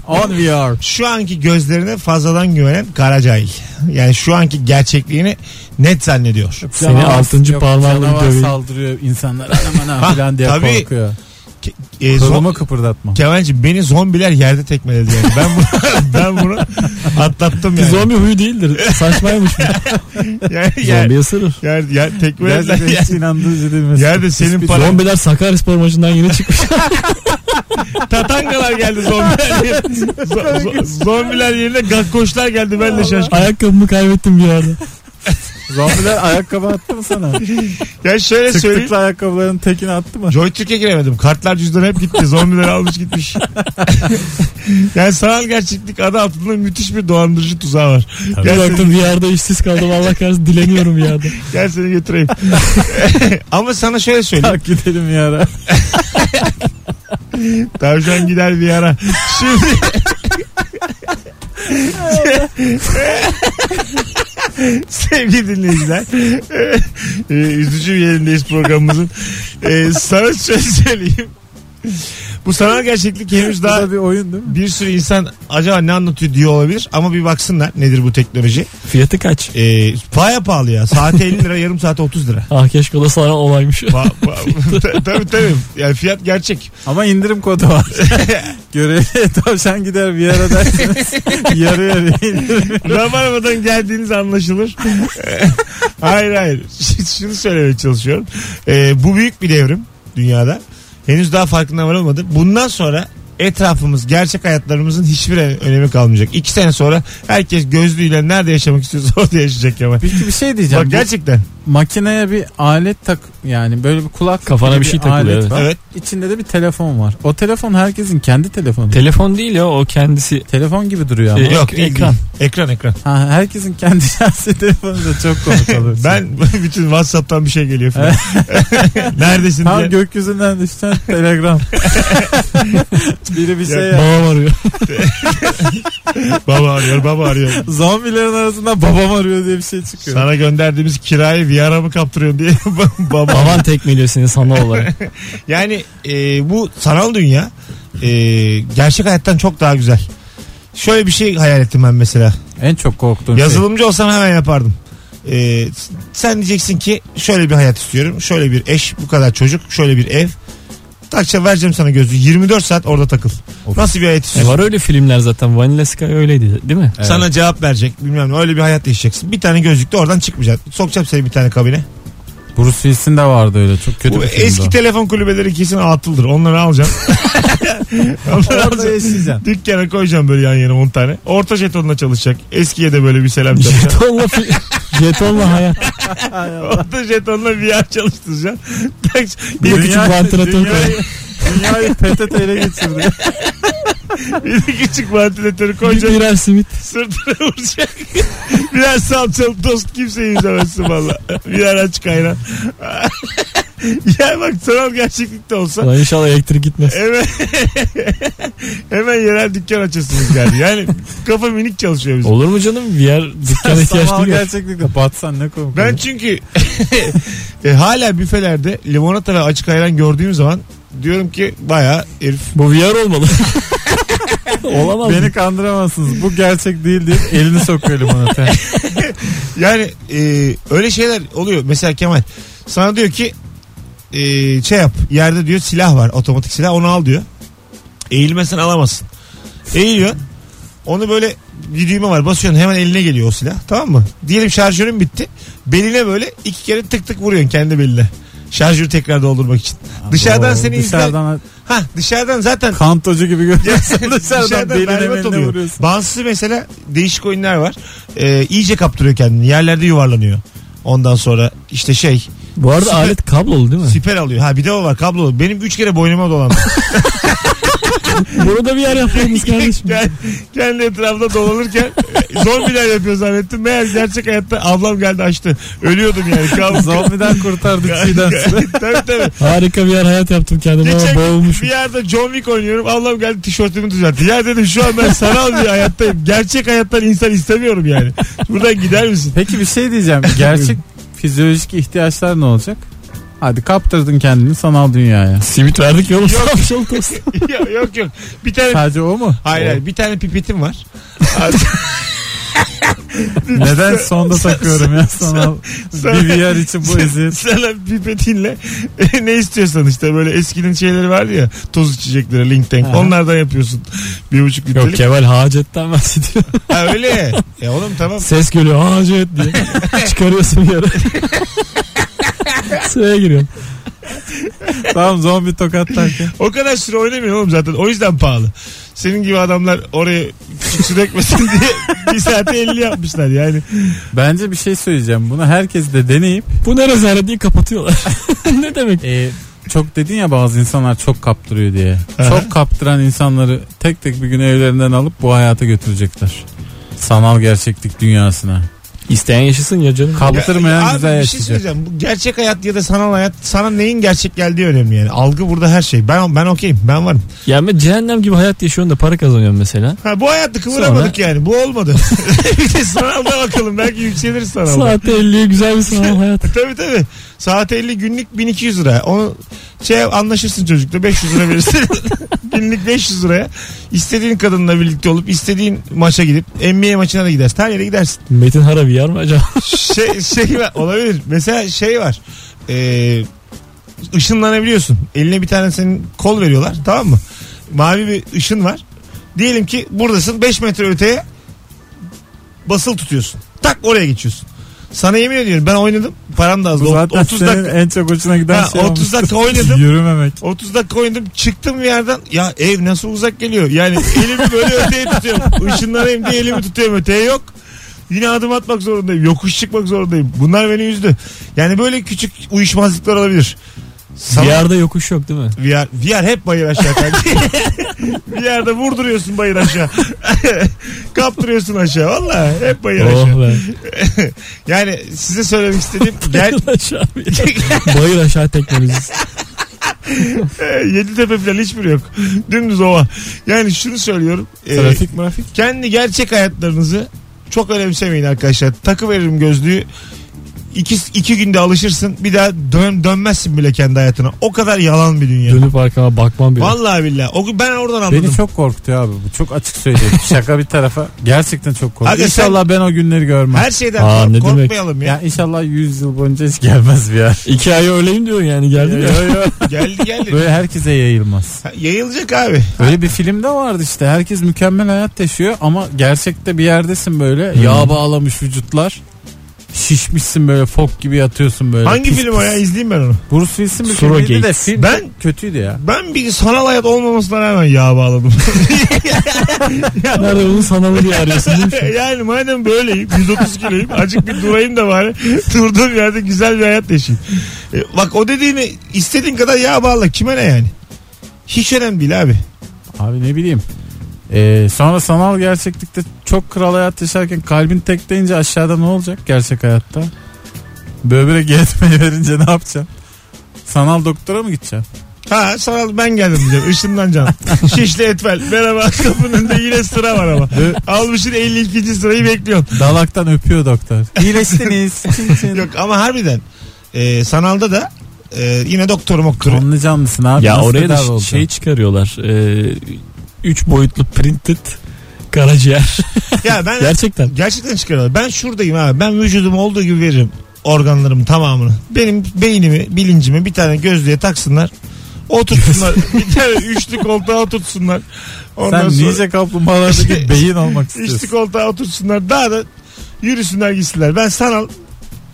[SPEAKER 4] 10 VR.
[SPEAKER 2] şu anki gözlerine fazladan güvenen kara cahil. Yani şu anki gerçekliğini net zannediyor.
[SPEAKER 3] Seni
[SPEAKER 4] Canavar-
[SPEAKER 3] altıncı
[SPEAKER 4] yok,
[SPEAKER 3] parmağınla
[SPEAKER 4] canavar
[SPEAKER 3] döveyim.
[SPEAKER 4] saldırıyor insanlar aman
[SPEAKER 2] Ha,
[SPEAKER 4] ha falan diye
[SPEAKER 2] tabii.
[SPEAKER 4] korkuyor.
[SPEAKER 2] Ee,
[SPEAKER 4] Kolumu kıpırdatma.
[SPEAKER 2] Kemal'cim beni zombiler yerde tekmeledi yani. Ben bunu, ben bunu atlattım yani.
[SPEAKER 3] Zombi huyu değildir. Saçmaymış bu.
[SPEAKER 2] Yani, yani,
[SPEAKER 3] Zombi ısırır.
[SPEAKER 2] yer, yer, tekmelediler
[SPEAKER 4] Gerçekten hiç
[SPEAKER 2] yani.
[SPEAKER 4] inandırıcı değil mesela.
[SPEAKER 2] Yerde senin
[SPEAKER 4] Hiçbir-
[SPEAKER 2] para-
[SPEAKER 3] Zombiler Sakaryaspor maçından yeni çıkmış.
[SPEAKER 2] Tatangalar geldi zombiler yerine. Zo- zo- zombiler yerine gakkoşlar geldi. Ben de şaşkınım.
[SPEAKER 3] Ayakkabımı kaybettim bir yerde.
[SPEAKER 4] Zombiler ayakkabı attı mı sana?
[SPEAKER 2] Ya şöyle söyleyeyim.
[SPEAKER 4] Tıktıklı ayakkabıların tekini attı mı?
[SPEAKER 2] Joy Türkiye giremedim. Kartlar cüzdan hep gitti. Zombiler almış gitmiş. yani sanal gerçeklik adı altında müthiş bir dolandırıcı tuzağı var.
[SPEAKER 3] Bir
[SPEAKER 2] Gel seni,
[SPEAKER 3] baktım bir yerde işsiz kaldım. Allah kahretsin dileniyorum bir yerde.
[SPEAKER 2] gel seni götüreyim. Ama sana şöyle söyleyeyim.
[SPEAKER 4] Tak gidelim yara.
[SPEAKER 2] Tavşan gider bir ara. Şimdi... Sevgili dinleyiciler. Ee, Üzücü bir yerindeyiz programımızın. Ee, sana şöyle söyleyeyim. Bu sanal gerçeklik henüz
[SPEAKER 4] Bu
[SPEAKER 2] daha
[SPEAKER 4] da bir oyun değil mi?
[SPEAKER 2] bir sürü insan acaba ne anlatıyor diyor olabilir ama bir baksınlar nedir bu teknoloji.
[SPEAKER 3] Fiyatı kaç?
[SPEAKER 2] Ee, baya pahalı ya. Saate 50 lira yarım saate 30 lira.
[SPEAKER 3] Ah keşke o da sanal olaymış.
[SPEAKER 2] Pa, pa- tabii tabii. Yani fiyat gerçek.
[SPEAKER 4] Ama indirim kodu var. Görevli tavşan gider bir yere dersiniz. yarı yarı indirim.
[SPEAKER 2] Rabarbadan geldiğiniz anlaşılır. hayır hayır. Ş- Şunu söylemeye çalışıyorum. Ee, bu büyük bir devrim dünyada. Henüz daha farkına varılmadı. Bundan sonra etrafımız, gerçek hayatlarımızın hiçbir önemi kalmayacak. İki sene sonra herkes gözlüğüyle nerede yaşamak istiyorsa orada yaşayacak Kemal.
[SPEAKER 4] Peki bir şey diyeceğim.
[SPEAKER 2] Bak
[SPEAKER 4] Bu
[SPEAKER 2] gerçekten.
[SPEAKER 4] makineye bir alet tak yani böyle bir kulak
[SPEAKER 3] Kafana
[SPEAKER 4] gibi
[SPEAKER 3] bir şey takılıyor,
[SPEAKER 4] alet
[SPEAKER 3] evet.
[SPEAKER 4] var.
[SPEAKER 2] Evet.
[SPEAKER 4] İçinde de bir telefon var. O telefon herkesin kendi telefonu.
[SPEAKER 3] Telefon değil ya o kendisi.
[SPEAKER 4] telefon gibi duruyor ama.
[SPEAKER 3] Ee,
[SPEAKER 2] Yok
[SPEAKER 3] ek-
[SPEAKER 2] değil,
[SPEAKER 3] ekran.
[SPEAKER 2] değil. Ekran ekran.
[SPEAKER 4] Ha, herkesin kendi şahsi telefonu da çok komik olur.
[SPEAKER 2] Ben bütün Whatsapp'tan bir şey geliyor falan. Neredesin
[SPEAKER 4] Tam
[SPEAKER 2] diye.
[SPEAKER 4] gökyüzünden düşen telegram. Biri bir şey
[SPEAKER 2] Ya,
[SPEAKER 4] ya.
[SPEAKER 3] Babam arıyor.
[SPEAKER 2] baba arıyor baba arıyor.
[SPEAKER 4] Zombilerin arasında babam arıyor diye bir şey çıkıyor.
[SPEAKER 2] Sana gönderdiğimiz kirayı Viara mı kaptırıyorsun diye baba.
[SPEAKER 3] Baban tekmeliyor seni sanal olarak.
[SPEAKER 2] Yani e, bu sanal dünya e, gerçek hayattan çok daha güzel. Şöyle bir şey hayal ettim ben mesela.
[SPEAKER 4] En çok korktuğum şey.
[SPEAKER 2] Yazılımcı olsam hemen yapardım. E, sen diyeceksin ki şöyle bir hayat istiyorum. Şöyle bir eş, bu kadar çocuk, şöyle bir ev. Takça vereceğim sana gözü. 24 saat orada takıl.
[SPEAKER 4] Of.
[SPEAKER 2] Nasıl bir hayat
[SPEAKER 3] E
[SPEAKER 2] istiyorsun?
[SPEAKER 3] var öyle filmler zaten. Vanilla Sky öyleydi değil mi?
[SPEAKER 4] Evet.
[SPEAKER 2] Sana cevap verecek bilmem ne öyle bir hayat yaşayacaksın. Bir tane gözlükte oradan çıkmayacaksın. Sokacağım seni bir tane kabine.
[SPEAKER 4] Bruce Willis'in de vardı öyle çok kötü
[SPEAKER 2] Bu
[SPEAKER 4] bir filmdi
[SPEAKER 2] eski
[SPEAKER 4] o.
[SPEAKER 2] telefon kulübeleri kesin atıldır. Onları alacağım. Onları
[SPEAKER 4] Orada
[SPEAKER 2] alacağım.
[SPEAKER 4] yaşayacaksın.
[SPEAKER 2] Dükkana koyacağım böyle yan yana 10 tane. Orta jetonla çalışacak. Eskiye de böyle bir selam çalışacak.
[SPEAKER 3] Jetonla, fi- jetonla hayat.
[SPEAKER 2] Orta jetonla VR çalıştıracağım.
[SPEAKER 3] Bir
[SPEAKER 2] bir,
[SPEAKER 3] de küçük vantilatör koy.
[SPEAKER 4] dünyayı, dünyayı PTT ile geçirdi.
[SPEAKER 2] bir de küçük vantilatörü
[SPEAKER 3] Bir
[SPEAKER 2] koyacağım.
[SPEAKER 3] birer simit.
[SPEAKER 2] Sırtına vuracak. Biraz salçalı tost kimseyi izlemezsin valla. Bir açık ayran. ya bak sanal gerçeklikte olsa
[SPEAKER 3] Ulan inşallah elektrik gitmez.
[SPEAKER 2] Hemen, hemen yerel dükkan açıyorsunuz yani. Yani kafa minik çalışıyor bizim.
[SPEAKER 3] Olur mu canım? Bir yer dükkana ihtiyaç
[SPEAKER 4] Sanal
[SPEAKER 3] duyuyor.
[SPEAKER 4] gerçeklikle batsan ne komik.
[SPEAKER 2] Ben
[SPEAKER 4] olur.
[SPEAKER 2] çünkü e, hala büfelerde limonata ve açık ayran gördüğüm zaman diyorum ki bayağı herif
[SPEAKER 3] Bu VR olmalı. Olamaz. mı?
[SPEAKER 4] Beni kandıramazsınız. Bu gerçek değil diye elini sokuyor limonata.
[SPEAKER 2] Yani e, öyle şeyler oluyor. Mesela Kemal sana diyor ki e, şey yap yerde diyor silah var otomatik silah onu al diyor. Eğilmesen alamazsın. Eğiliyor. Onu böyle bir düğme var basıyorsun hemen eline geliyor o silah tamam mı? Diyelim şarjörün bitti. Beline böyle iki kere tık tık vuruyorsun kendi beline. Şarjörü tekrar doldurmak için. Dışarıdan
[SPEAKER 4] Oo,
[SPEAKER 2] seni izler.
[SPEAKER 4] dışarıdan
[SPEAKER 2] Ha dışarıdan zaten
[SPEAKER 4] kantocu gibi görüyorsun.
[SPEAKER 2] dışarıdan
[SPEAKER 4] dışarıdan beline
[SPEAKER 2] berbat
[SPEAKER 4] beline
[SPEAKER 2] oluyor.
[SPEAKER 4] vuruyorsun.
[SPEAKER 2] Bazısı mesela değişik oyunlar var. Ee, iyice kaptırıyor kendini. Yerlerde yuvarlanıyor. Ondan sonra işte şey
[SPEAKER 3] Bu arada
[SPEAKER 2] Süper-
[SPEAKER 3] alet kablolu değil mi?
[SPEAKER 2] siper alıyor. Ha bir de o var kablolu. Benim 3 kere boynuma dolandı.
[SPEAKER 3] Burada bir yer yapıyoruz kardeşim.
[SPEAKER 2] Kend- kendi etrafında dolanırken e, zombiler yapıyor zannettim. Meğer gerçek hayatta ablam geldi açtı. Ölüyordum yani. Kablo.
[SPEAKER 4] Zombiden kurtardık Çiğdem.
[SPEAKER 2] tabii tabii.
[SPEAKER 3] Harika bir yer hayat yaptım kendime ama
[SPEAKER 2] Geçen
[SPEAKER 3] boğulmuşum.
[SPEAKER 2] bir yerde John Wick oynuyorum. Ablam geldi tişörtümü düzeltti. Ya dedim şu an ben sanal bir hayattayım. Gerçek hayattan insan istemiyorum yani. Buradan gider misin?
[SPEAKER 4] Peki bir şey diyeceğim. Gerçek fizyolojik ihtiyaçlar ne olacak? Hadi kaptırdın kendini sanal dünyaya.
[SPEAKER 3] Simit verdik yolum. Şapşal tost.
[SPEAKER 2] yok yok yok. Bir tane
[SPEAKER 4] Sadece o mu?
[SPEAKER 2] Hayır hayır bir tane pipetim var.
[SPEAKER 4] Neden sonda takıyorum ya sanal
[SPEAKER 2] sen-
[SPEAKER 4] bir VR için bu eziyet.
[SPEAKER 2] Sana pipetinle ne istiyorsan işte böyle eskinin şeyleri vardı ya toz içecekleri link tank
[SPEAKER 4] Aha.
[SPEAKER 2] onlardan yapıyorsun. Bir buçuk
[SPEAKER 3] Yok
[SPEAKER 2] litrelik.
[SPEAKER 3] Kemal Hacet'ten bahsediyor.
[SPEAKER 2] ha, öyle. Ya oğlum tamam.
[SPEAKER 3] Ses geliyor Hacet diye. Çıkarıyorsun bir yere. Sıraya giriyorum.
[SPEAKER 4] Tamam zombi tokatlarken.
[SPEAKER 2] O kadar süre oynamıyor oğlum zaten. O yüzden pahalı. Senin gibi adamlar oraya küçük su dökmesin diye bir saate 50 yapmışlar yani.
[SPEAKER 4] Bence bir şey söyleyeceğim. Bunu herkes de deneyip
[SPEAKER 3] Bu ne rezalet diye kapatıyorlar. ne demek?
[SPEAKER 4] e, çok dedin ya bazı insanlar çok kaptırıyor diye.
[SPEAKER 2] Aha.
[SPEAKER 4] Çok kaptıran insanları tek tek bir gün evlerinden alıp bu hayata götürecekler. Sanal gerçeklik dünyasına.
[SPEAKER 3] İsteyen yaşasın ya canım.
[SPEAKER 4] Kaptırmayan
[SPEAKER 2] Abi
[SPEAKER 4] güzel
[SPEAKER 2] bir şey
[SPEAKER 4] yaşayacak.
[SPEAKER 2] söyleyeceğim. Bu gerçek hayat ya da sanal hayat sana neyin gerçek geldiği önemli yani. Algı burada her şey. Ben ben okeyim. Ben varım.
[SPEAKER 3] Yani ben cehennem gibi hayat yaşıyorsun da para kazanıyorsun mesela.
[SPEAKER 2] Ha bu hayatta kıvıramadık yani. Bu olmadı. bir de sanalda bakalım. Belki yükselir sanalda.
[SPEAKER 3] Saatte 50'ye güzel bir sanal hayat.
[SPEAKER 2] tabii tabii. Saat 50 günlük 1200 lira. Onu Şey anlaşırsın çocukla 500 lira verirsin. Günlük 500 liraya. istediğin kadınla birlikte olup istediğin maça gidip NBA maçına da gidersin. Her yere gidersin.
[SPEAKER 3] Metin Harabi yer mi acaba?
[SPEAKER 2] şey, şey var, olabilir. Mesela şey var. Ee, ışınlanabiliyorsun. Eline bir tane senin kol veriyorlar. Tamam mı? Mavi bir ışın var. Diyelim ki buradasın 5 metre öteye basıl tutuyorsun. Tak oraya geçiyorsun. Sana yemin ediyorum ben oynadım. Param da azdı.
[SPEAKER 4] Bu zaten
[SPEAKER 2] 30
[SPEAKER 4] senin
[SPEAKER 2] dakika
[SPEAKER 4] en çok hoşuna giden
[SPEAKER 2] Ha,
[SPEAKER 4] şey
[SPEAKER 2] 30
[SPEAKER 4] olmuştur.
[SPEAKER 2] dakika oynadım.
[SPEAKER 4] Yürümemek.
[SPEAKER 2] 30 dakika oynadım çıktım bir yerden ya ev nasıl uzak geliyor yani elimi böyle öteye tutuyorum ışınlanayım diye elimi tutuyorum öteye yok yine adım atmak zorundayım yokuş çıkmak zorundayım bunlar beni üzdü yani böyle küçük uyuşmazlıklar olabilir Sana-
[SPEAKER 3] VR'da yokuş yok değil mi?
[SPEAKER 2] VR, VR hep bayır aşağı kanki. bir yerde vurduruyorsun bayır aşağı. Kaptırıyorsun aşağı. Valla hep bayır
[SPEAKER 3] Oh
[SPEAKER 2] aşağı.
[SPEAKER 3] be.
[SPEAKER 2] Yani size söylemek istediğim gel
[SPEAKER 3] Bayır aşağı bir yer. Bayır aşağı teknolojisi.
[SPEAKER 2] Yeditepe falan hiçbiri yok. Dümdüz ova. Yani şunu söylüyorum. Ee,
[SPEAKER 4] Trafik mrafik.
[SPEAKER 2] Kendi gerçek hayatlarınızı çok önemsemeyin arkadaşlar. Takı veririm gözlüğü. İki, iki günde alışırsın. Bir daha dön, dönmezsin bile kendi hayatına. O kadar yalan bir dünya.
[SPEAKER 3] Dönüp arkama bakmam bile.
[SPEAKER 2] Vallahi billahi. O gün ben oradan anladım.
[SPEAKER 4] Beni çok korkutuyor abi bu. Çok açık söyleyeyim. Şaka bir tarafa. Gerçekten çok
[SPEAKER 2] Aga
[SPEAKER 4] korkutuyor.
[SPEAKER 2] sen-
[SPEAKER 4] İnşallah ben o günleri görmem.
[SPEAKER 2] Her şeyden
[SPEAKER 3] Aa,
[SPEAKER 2] kork-
[SPEAKER 3] ne demek?
[SPEAKER 2] korkmayalım ya.
[SPEAKER 4] Ya inşallah 100 yıl boyunca hiç gelmez bir yer.
[SPEAKER 3] İki ay öyleyim diyor yani geldi ya.
[SPEAKER 4] Yo, yo.
[SPEAKER 2] geldi geldi.
[SPEAKER 4] Böyle herkese yayılmaz.
[SPEAKER 2] Ha, Yayılacak abi.
[SPEAKER 4] Öyle bir filmde vardı işte. Herkes mükemmel hayat yaşıyor ama gerçekte bir yerdesin böyle.
[SPEAKER 2] Hmm.
[SPEAKER 4] Yağ bağlamış vücutlar. Şişmişsin böyle fok gibi yatıyorsun böyle.
[SPEAKER 2] Hangi
[SPEAKER 4] Pis
[SPEAKER 2] film
[SPEAKER 4] pis.
[SPEAKER 2] o ya? İzleyeyim ben onu.
[SPEAKER 4] Bruce Willis'in bir
[SPEAKER 3] Surrogate.
[SPEAKER 4] filmiydi de film
[SPEAKER 2] Ben-
[SPEAKER 4] ben... kötüydü ya.
[SPEAKER 2] Ben bir sanal hayat olmamasına rağmen yağ bağladım.
[SPEAKER 3] Nerede onun sanalını diye arıyorsun değil mi? şu an?
[SPEAKER 2] yani madem böyleyim 130 kiloyum azıcık bir durayım da bari durduğum yerde güzel bir hayat yaşayayım. E, bak o dediğini istediğin kadar yağ bağla kime ne yani? Hiç önemli değil abi.
[SPEAKER 4] Abi ne bileyim. Ee, sonra sanal gerçeklikte çok kral hayat yaşarken kalbin tek deyince aşağıda ne olacak gerçek hayatta? Böbrek yetmeyi verince ne yapacaksın? Sanal doktora mı gideceksin?
[SPEAKER 2] Ha sanal ben geldim diyeceğim ışınlanacağım. Şişli Etvel merhaba kapının önünde yine sıra var ama.
[SPEAKER 4] Bö-
[SPEAKER 2] Almışın 52. sırayı bekliyorsun.
[SPEAKER 4] Dalaktan öpüyor doktor. İyileştiniz. Çin çin.
[SPEAKER 2] Yok ama harbiden e, sanalda da e, yine doktorum oktoru.
[SPEAKER 4] Kanlı canlısın abi.
[SPEAKER 3] Ya
[SPEAKER 4] Nasıl
[SPEAKER 3] oraya da
[SPEAKER 4] tedavi olacaksın?
[SPEAKER 3] şey çıkarıyorlar. Ee, üç boyutlu printed karaciğer.
[SPEAKER 2] Ya ben
[SPEAKER 3] Gerçekten.
[SPEAKER 2] Gerçekten çıkarıyorlar. Ben şuradayım abi. Ben vücudum olduğu gibi veririm organlarımın tamamını. Benim beynimi, bilincimi bir tane gözlüğe taksınlar. Oturtsunlar. bir tane üçlü koltuğa oturtsunlar. Ondan
[SPEAKER 4] Sen
[SPEAKER 2] sonra
[SPEAKER 4] nice kaplumbağalardaki beyin olmak
[SPEAKER 2] üçlü
[SPEAKER 4] istiyorsun.
[SPEAKER 2] koltuğa oturtsunlar. Daha da yürüsünler gitsinler. Ben sanal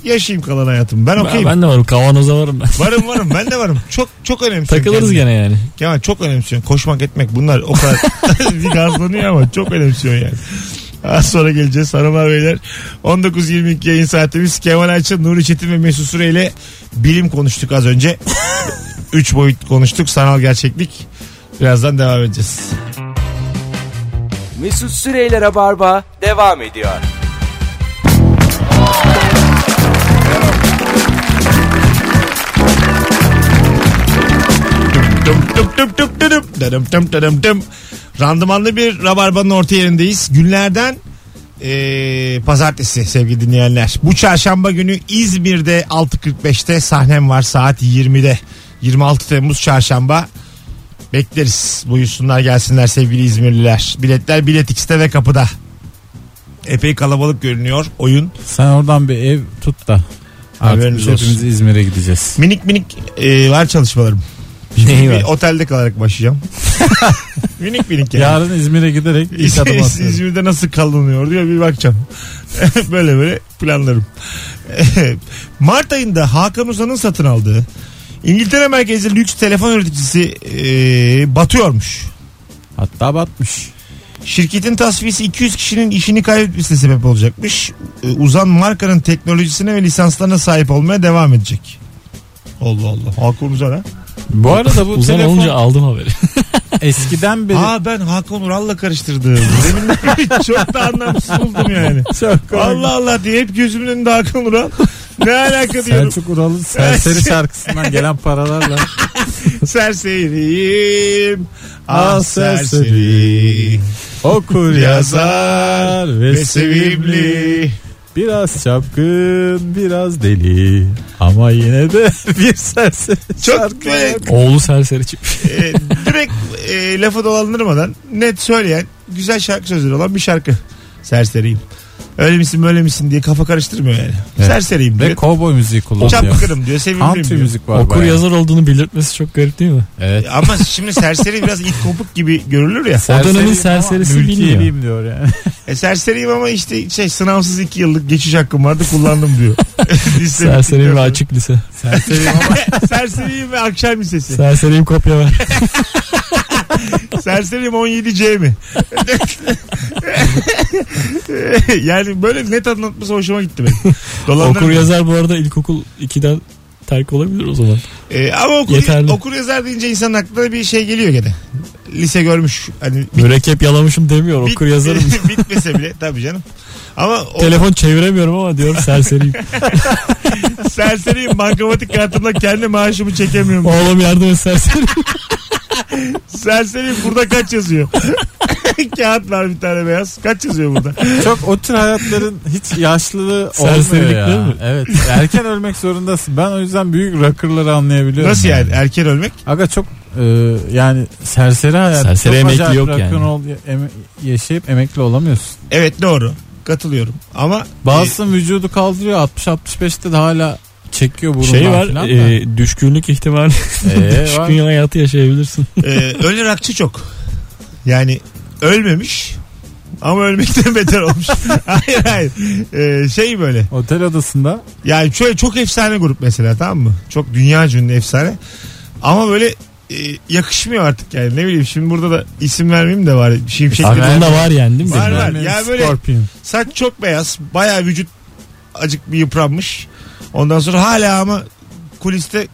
[SPEAKER 2] yaşayayım kalan hayatımı. Ben okeyim.
[SPEAKER 3] Ben de varım kavanoza varım ben.
[SPEAKER 2] Varım varım ben de varım. Çok çok şey önemsiyorum.
[SPEAKER 3] Takılırız
[SPEAKER 2] kendimi.
[SPEAKER 3] gene yani.
[SPEAKER 2] Kemal çok önemsiyorsun. Koşmak etmek bunlar o kadar bir gazlanıyor ama çok önemsiyorsun yani. Az sonra geleceğiz hanımlar beyler. 19.22 yayın saatimiz. Kemal Ayça, Nuri Çetin ve Mesut Süre ile bilim konuştuk az önce. Üç boyut konuştuk sanal gerçeklik. Birazdan devam edeceğiz.
[SPEAKER 1] Mesut Süreyler'e barba devam ediyor.
[SPEAKER 2] Dım dım dım dım dım dım. Dadım dım dadım dım. Randımanlı bir rabarbanın orta yerindeyiz. Günlerden eee, pazartesi sevgili dinleyenler. Bu çarşamba günü İzmir'de 6.45'te sahnem var saat 20'de. 26 Temmuz çarşamba. Bekleriz. Buyursunlar gelsinler sevgili İzmirliler. Biletler Bilet X'te ve kapıda. Epey kalabalık görünüyor oyun.
[SPEAKER 4] Sen oradan bir ev tut da. Artık
[SPEAKER 2] Haberiniz
[SPEAKER 4] biz
[SPEAKER 2] olsun.
[SPEAKER 4] hepimiz İzmir'e gideceğiz.
[SPEAKER 2] Minik minik eee, var çalışmalarım.
[SPEAKER 3] Neyi
[SPEAKER 2] Bir otelde kalarak başlayacağım. minik minik yani.
[SPEAKER 4] Yarın İzmir'e giderek ilk adım
[SPEAKER 2] İz-
[SPEAKER 4] atıyorum.
[SPEAKER 2] İzmir'de nasıl kalınıyor diyor bir bakacağım. böyle böyle planlarım. Mart ayında Hakan Uzan'ın satın aldığı İngiltere merkezli lüks telefon üreticisi e, batıyormuş.
[SPEAKER 4] Hatta batmış.
[SPEAKER 2] Şirketin tasfiyesi 200 kişinin işini kaybetmesine sebep olacakmış. E, Uzan markanın teknolojisine ve lisanslarına sahip olmaya devam edecek. Allah Allah. Hakan Uzan ha?
[SPEAKER 4] Bu arada bu
[SPEAKER 3] Uzan
[SPEAKER 4] telefon
[SPEAKER 3] olunca aldım haberi.
[SPEAKER 4] eskiden beri
[SPEAKER 2] Aa ben Hakan Ural'la karıştırdım. Deminden beri çok da anlamsız buldum yani.
[SPEAKER 4] çok
[SPEAKER 2] Allah Allah diye hep gözümün önünde Hakan Ural. Ne alaka diyorum.
[SPEAKER 4] Selçuk Ural'ın Serseri şarkısından gelen paralarla
[SPEAKER 2] Serseriyim. Ah
[SPEAKER 4] Ah
[SPEAKER 2] serseri.
[SPEAKER 4] serseri. okur yazar ve sevimli Biraz çapkın, biraz deli ama yine de bir serseri.
[SPEAKER 2] Çok böyle
[SPEAKER 3] Oğlu serseri çıkmış.
[SPEAKER 2] e, direkt e, lafı dolandırmadan net söyleyen güzel şarkı sözleri olan bir şarkı. Serseriyim. Öyle misin böyle misin diye kafa karıştırmıyor yani.
[SPEAKER 4] Evet.
[SPEAKER 2] Serseriyim
[SPEAKER 4] Ve
[SPEAKER 2] diyor.
[SPEAKER 4] kovboy müziği kullanıyor.
[SPEAKER 2] Çapkınım diyor sevimliyim
[SPEAKER 4] Country
[SPEAKER 2] diyor.
[SPEAKER 4] müzik var
[SPEAKER 3] Okur
[SPEAKER 4] bayağı.
[SPEAKER 3] yazar olduğunu belirtmesi çok garip değil mi?
[SPEAKER 4] Evet.
[SPEAKER 2] E, Ama şimdi serseri biraz it kopuk gibi görülür ya.
[SPEAKER 3] dönemin
[SPEAKER 4] Serseriyim ama
[SPEAKER 3] serserisi
[SPEAKER 4] mülkiyeliyim
[SPEAKER 3] bilmiyor.
[SPEAKER 4] diyor yani.
[SPEAKER 2] E serseriyim ama işte şey sınavsız iki yıllık geçiş hakkım vardı kullandım diyor. Listeyi
[SPEAKER 3] Serseriyim ve
[SPEAKER 2] bitiriyor.
[SPEAKER 3] açık lise.
[SPEAKER 4] serseriyim
[SPEAKER 2] Serseriyim ve akşam lisesi.
[SPEAKER 3] Serseriyim kopya ver.
[SPEAKER 2] Serseriyim 17C mi? yani böyle net anlatması hoşuma gitti benim. Dolandırıcı.
[SPEAKER 3] Okur yazar bu arada ilkokul 2'den terk olabilir o zaman.
[SPEAKER 2] Ee, ama okur,
[SPEAKER 3] Yeterli.
[SPEAKER 2] okur yazar deyince insanın aklına bir şey geliyor gene. Lise görmüş. Hani bit-
[SPEAKER 3] Mürekkep yalamışım demiyor
[SPEAKER 2] bit-
[SPEAKER 3] okur yazarım.
[SPEAKER 2] bitmese bile tabii canım. Ama o
[SPEAKER 3] Telefon çeviremiyorum ama diyorum serseriyim.
[SPEAKER 2] serseriyim bankamatik kartımla kendi maaşımı çekemiyorum.
[SPEAKER 3] Oğlum yardım et serseriyim.
[SPEAKER 2] serseriyim burada kaç yazıyor? Kağıt var bir tane beyaz. Kaç yazıyor burada?
[SPEAKER 4] Çok o tür hayatların hiç yaşlılığı olmuyor
[SPEAKER 3] Serserilik
[SPEAKER 4] ya.
[SPEAKER 3] değil mi?
[SPEAKER 4] Evet. Erken ölmek zorundasın. Ben o yüzden büyük rakırları anlayabiliyorum.
[SPEAKER 2] Nasıl yani? Erken ölmek?
[SPEAKER 4] Aga çok e, yani serseri hayat.
[SPEAKER 3] Serseri
[SPEAKER 4] çok
[SPEAKER 3] emekli
[SPEAKER 4] acayip
[SPEAKER 3] yok
[SPEAKER 4] rock'n'roll
[SPEAKER 3] yani.
[SPEAKER 4] Ol, em- yaşayıp emekli olamıyorsun.
[SPEAKER 2] Evet doğru. Katılıyorum. Ama
[SPEAKER 4] Bazısının vücudu kaldırıyor 60-65'te de hala çekiyor burundan
[SPEAKER 3] Şey var
[SPEAKER 4] falan
[SPEAKER 3] e, düşkünlük ihtimali. E,
[SPEAKER 4] Ee, var.
[SPEAKER 3] Düşkün hayatı yaşayabilirsin.
[SPEAKER 2] e, e, ölü rakçı çok. Yani ölmemiş ama ölmekten beter olmuş. hayır hayır. Ee, şey böyle.
[SPEAKER 4] Otel odasında
[SPEAKER 2] Yani şöyle çok efsane grup mesela tamam mı? Çok dünya cünlü efsane. Ama böyle e, yakışmıyor artık yani ne bileyim şimdi burada da isim vermeyeyim de var şimşek
[SPEAKER 4] Abi,
[SPEAKER 2] gibi.
[SPEAKER 3] Aklında var yani değil mi?
[SPEAKER 2] Var, var.
[SPEAKER 4] Batman,
[SPEAKER 2] Ya böyle-
[SPEAKER 4] Scorpion.
[SPEAKER 2] saç çok beyaz baya vücut acık bir yıpranmış ondan sonra hala ama kuliste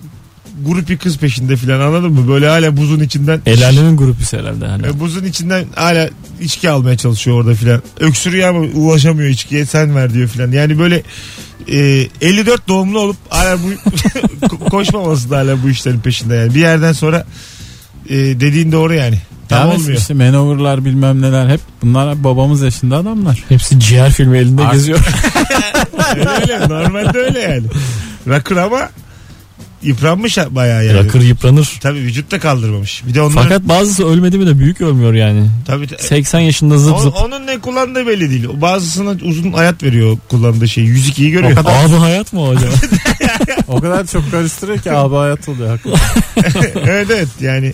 [SPEAKER 2] grup bir kız peşinde filan anladın mı böyle hala buzun içinden
[SPEAKER 3] El alemin grupüsü herhalde. Hani.
[SPEAKER 2] E, buzun içinden hala içki almaya çalışıyor orada filan. Öksürüyor ama ulaşamıyor içkiye sen ver diyor filan. Yani böyle e, 54 doğumlu olup hala bu ko- koşmaması da hala bu işlerin peşinde yani. Bir yerden sonra e, dediğin doğru yani. Tam
[SPEAKER 4] yani
[SPEAKER 2] olmuyor.
[SPEAKER 4] işte manoverlar bilmem neler hep bunlar babamız yaşında adamlar.
[SPEAKER 3] Hepsi ciğer filmi elinde
[SPEAKER 4] Artık-
[SPEAKER 3] geziyor.
[SPEAKER 2] öyle, öyle. normalde öyle yani. Rakır ama yıpranmış ha- bayağı yani.
[SPEAKER 3] Rakır yıpranır.
[SPEAKER 2] Tabii vücut da kaldırmamış. Bir de onların
[SPEAKER 3] Fakat bazısı ölmedi mi de büyük ölmüyor yani.
[SPEAKER 2] tabii, e,
[SPEAKER 3] 80 yaşında zıp
[SPEAKER 2] on-
[SPEAKER 3] zıp.
[SPEAKER 2] onun ne kullandığı belli değil. Bazısına uzun hayat veriyor kullandığı şey. 102'yi görüyor.
[SPEAKER 3] Aa bu hayat mı o acaba?
[SPEAKER 4] O kadar çok karıştırıyor ki abi hayat oluyor. hakikaten.
[SPEAKER 2] evet evet yani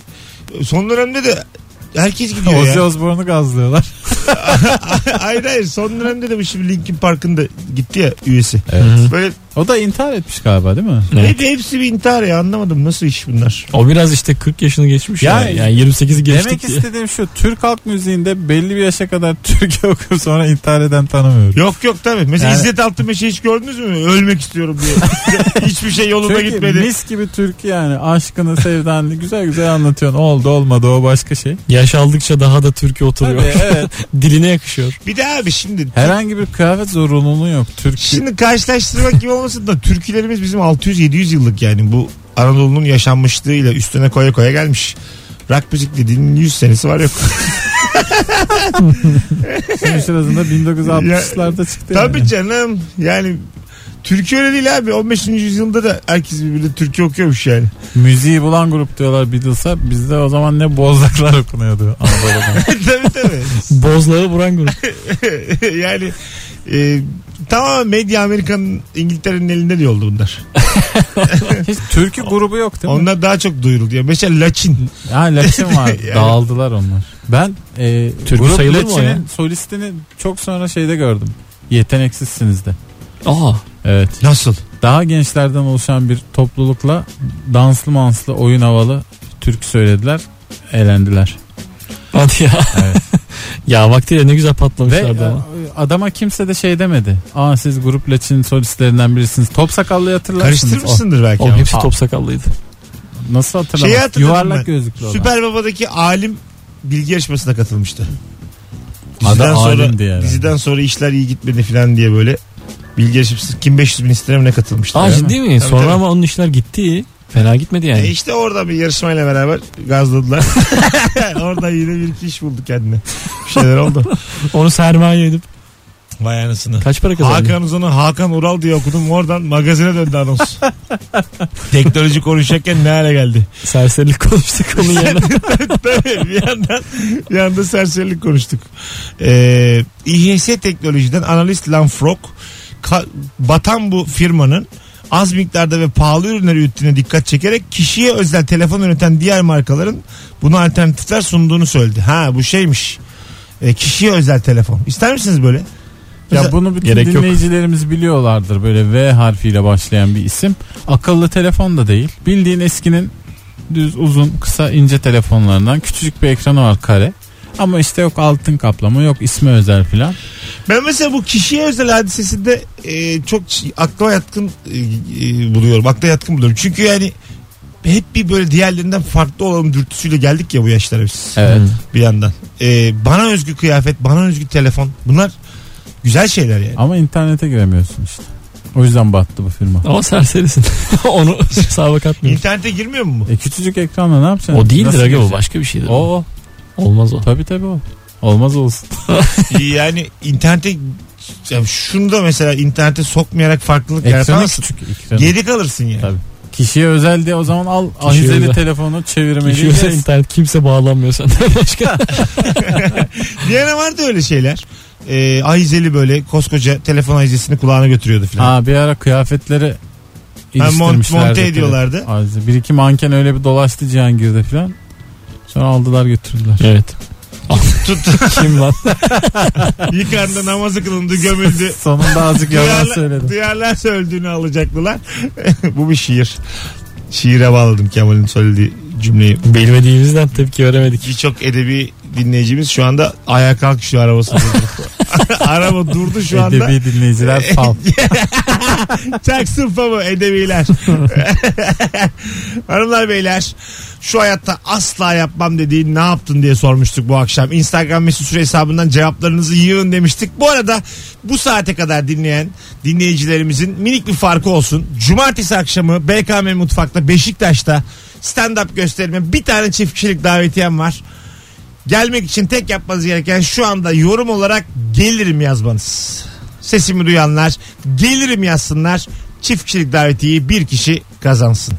[SPEAKER 2] son dönemde de herkes gidiyor
[SPEAKER 4] Ozzy
[SPEAKER 2] ya.
[SPEAKER 4] Osbourne'u gazlıyorlar.
[SPEAKER 2] hayır hayır son dönemde de bu şimdi Linkin Park'ın da gitti ya üyesi.
[SPEAKER 3] Hı hı.
[SPEAKER 2] Böyle
[SPEAKER 4] O da intihar etmiş galiba değil mi?
[SPEAKER 3] Evet.
[SPEAKER 2] hep, hepsi bir intihar ya anlamadım nasıl iş bunlar.
[SPEAKER 3] O biraz işte 40 yaşını geçmiş ya.
[SPEAKER 4] Yani-
[SPEAKER 3] Yani, 28'i geçtik
[SPEAKER 4] Demek
[SPEAKER 3] diye.
[SPEAKER 4] istediğim şu Türk halk müziğinde belli bir yaşa kadar Türkiye okuyup sonra intihar eden tanımıyorum.
[SPEAKER 2] Yok yok tabii. Mesela
[SPEAKER 4] Yani-
[SPEAKER 2] İzzet Altınmeş'i hiç gördünüz mü? Ölmek istiyorum diye. Hiçbir şey yolunda
[SPEAKER 4] Çünkü
[SPEAKER 2] gitmedi.
[SPEAKER 4] mis gibi Türk yani aşkını sevdanını güzel güzel anlatıyorsun. Oldu olmadı o başka şey.
[SPEAKER 3] Yaş aldıkça daha da türkü oturuyor.
[SPEAKER 4] Tabii, evet.
[SPEAKER 3] Diline yakışıyor.
[SPEAKER 2] Bir de abi şimdi
[SPEAKER 4] Herhangi bir kıyafet zorunluluğu yok. Türk
[SPEAKER 2] şimdi karşılaştırmak gibi olmasın da türkülerimiz bizim 600-700 yıllık yani bu Anadolu'nun yaşanmışlığıyla üstüne koya koya gelmiş. Rock müzik dediğinin 100 senesi var yok.
[SPEAKER 4] sonuç arasında 1960'larda çıktı. yani.
[SPEAKER 2] Tabii canım. Yani Türkiye öyle değil abi. 15. yüzyılda da herkes birbirine Türkiye okuyormuş yani.
[SPEAKER 4] Müziği bulan grup diyorlar Beatles'a. Bizde o zaman ne bozlaklar okunuyordu Anadolu'da.
[SPEAKER 2] tabii tabii.
[SPEAKER 3] Bozlağı vuran grup.
[SPEAKER 2] yani e, tamam medya Amerika'nın İngiltere'nin elinde diye oldu bunlar.
[SPEAKER 4] Hiç türkü grubu yok değil mi?
[SPEAKER 2] Onlar daha çok duyuruldu. Ya. Mesela Laçin.
[SPEAKER 4] Ha Laçin var.
[SPEAKER 2] Yani-
[SPEAKER 4] Dağıldılar onlar. Ben e,
[SPEAKER 3] Türkü
[SPEAKER 4] grup
[SPEAKER 3] sayılır mı o
[SPEAKER 4] Laçin'in
[SPEAKER 3] ya?
[SPEAKER 4] solistini çok sonra şeyde gördüm. Yeteneksizsiniz de.
[SPEAKER 3] Aa.
[SPEAKER 4] Evet.
[SPEAKER 2] Nasıl?
[SPEAKER 4] Daha gençlerden oluşan bir toplulukla danslı manslı oyun havalı türkü söylediler. Eğlendiler.
[SPEAKER 3] Hadi ya.
[SPEAKER 4] Evet.
[SPEAKER 3] ya vaktiyle ne güzel
[SPEAKER 4] Ve
[SPEAKER 3] patlamışlardı ama.
[SPEAKER 4] e, adama kimse de şey demedi. Aa siz grup Laçin'in solistlerinden birisiniz. Top sakallı hatırlarsınız.
[SPEAKER 2] Karıştırmışsındır
[SPEAKER 4] e,
[SPEAKER 2] belki.
[SPEAKER 3] Oğlum
[SPEAKER 2] ama.
[SPEAKER 3] hepsi top sakallıydı.
[SPEAKER 4] O, nasıl
[SPEAKER 2] Şeyi
[SPEAKER 4] hatırlamaz?
[SPEAKER 2] hatırladım
[SPEAKER 4] Yuvarlak
[SPEAKER 2] ben.
[SPEAKER 4] gözlüklü olan.
[SPEAKER 2] Süper Baba'daki alim bilgi yarışmasına katılmıştı.
[SPEAKER 4] Adı
[SPEAKER 2] Diziden sonra,
[SPEAKER 4] alimdi yani.
[SPEAKER 2] diziden sonra işler iyi gitmedi falan diye böyle bilgi yarışması kim 500 bin istene mi ne katılmıştı.
[SPEAKER 3] Aa
[SPEAKER 2] Yani.
[SPEAKER 3] ciddi mi?
[SPEAKER 2] Tabii,
[SPEAKER 3] Sonra
[SPEAKER 2] tabii.
[SPEAKER 3] ama onun işler gitti. Fena gitmedi yani.
[SPEAKER 2] E işte orada bir yarışmayla beraber gazladılar. orada yine bir iki iş buldu kendine. Bir şeyler oldu.
[SPEAKER 3] Onu sermaye edip
[SPEAKER 2] Vay anasını.
[SPEAKER 3] Kaç para kazandın?
[SPEAKER 2] Hakan Uzun'u Hakan Ural diye okudum oradan magazine döndü anons. Teknoloji konuşacakken ne hale geldi?
[SPEAKER 3] Serserilik konuştuk onun yerine.
[SPEAKER 2] Tabii bir yandan bir yandan serserilik konuştuk. Ee, İHS teknolojiden analist Lanfrock ka- batan bu firmanın az miktarda ve pahalı ürünleri ürettiğine dikkat çekerek kişiye özel telefon üreten diğer markaların buna alternatifler sunduğunu söyledi. Ha bu şeymiş. Ee, kişiye özel telefon. İster misiniz böyle?
[SPEAKER 4] Ya bunu bütün
[SPEAKER 2] Gerek yok.
[SPEAKER 4] dinleyicilerimiz biliyorlardır. Böyle V harfiyle başlayan bir isim. Akıllı telefon da değil. Bildiğin eskinin düz uzun kısa ince telefonlarından küçücük bir ekranı var kare. Ama işte yok altın kaplama yok ismi özel filan.
[SPEAKER 2] Ben mesela bu kişiye özel hadisesinde e, çok ç- aklıma yatkın e, e, buluyorum. Akla yatkın buluyorum. Çünkü yani hep bir böyle diğerlerinden farklı olalım dürtüsüyle geldik ya bu yaşlara biz
[SPEAKER 4] Evet.
[SPEAKER 2] bir yandan. E, bana özgü kıyafet, bana özgü telefon bunlar güzel şeyler yani.
[SPEAKER 4] Ama internete giremiyorsun işte. O yüzden battı bu firma.
[SPEAKER 3] Ama serserisin. Onu hesaba katmıyor.
[SPEAKER 2] İnternete girmiyor mu bu?
[SPEAKER 4] E küçücük ekranla ne yapacaksın?
[SPEAKER 3] O değildir
[SPEAKER 4] Nasıl
[SPEAKER 3] aga o
[SPEAKER 4] gireceksin?
[SPEAKER 3] başka bir şeydir.
[SPEAKER 4] O o.
[SPEAKER 3] Olmaz o.
[SPEAKER 4] Tabii tabii o. Olmaz olsun.
[SPEAKER 2] yani internete ya şunu da mesela internete sokmayarak farklılık
[SPEAKER 4] Ekranı
[SPEAKER 2] yaratamazsın.
[SPEAKER 4] küçük ekranı.
[SPEAKER 2] Geri kalırsın yani.
[SPEAKER 4] Tabii. Kişiye özel diye o zaman al
[SPEAKER 3] Kişiye
[SPEAKER 4] ahizeli
[SPEAKER 3] özel.
[SPEAKER 4] telefonu çevirmeli.
[SPEAKER 3] Geçiyorsa
[SPEAKER 4] gez.
[SPEAKER 3] internet kimse bağlanmıyor senden başka.
[SPEAKER 2] Diğerine vardı öyle şeyler. E, ahizeli böyle koskoca telefon ahizesini kulağına götürüyordu filan.
[SPEAKER 4] Ha bir ara kıyafetleri
[SPEAKER 2] Ha, mont,
[SPEAKER 4] iliştirmişlerdi.
[SPEAKER 2] monte ediyorlardı.
[SPEAKER 4] Azize. Bir iki manken öyle bir dolaştı Cihangir'de falan. Sonra aldılar götürdüler.
[SPEAKER 3] evet.
[SPEAKER 2] Tut,
[SPEAKER 3] Kim lan?
[SPEAKER 2] yıkandı, namazı kılındı, gömüldü.
[SPEAKER 4] Sonunda azıcık yalan
[SPEAKER 2] Duyarlar,
[SPEAKER 4] söyledim.
[SPEAKER 2] duyarlarsa öldüğünü alacaklılar. Bu bir şiir. Şiire bağladım Kemal'in söylediği cümleyi.
[SPEAKER 3] Bilmediğimizden tepki veremedik.
[SPEAKER 2] Birçok edebi dinleyicimiz şu anda ayağa kalkışıyor arabasında. Araba durdu şu anda.
[SPEAKER 4] Edebi dinleyiciler fal.
[SPEAKER 2] Çaksın famı edebiler. Hanımlar beyler şu hayatta asla yapmam dediğin ne yaptın diye sormuştuk bu akşam. Instagram mesut süre hesabından cevaplarınızı yığın demiştik. Bu arada bu saate kadar dinleyen dinleyicilerimizin minik bir farkı olsun. Cumartesi akşamı BKM Mutfak'ta Beşiktaş'ta stand-up gösterime bir tane çift kişilik davetiyem var. Gelmek için tek yapmanız gereken şu anda yorum olarak gelirim yazmanız. Sesimi duyanlar gelirim yazsınlar. Çift kişilik davetiyi bir kişi kazansın.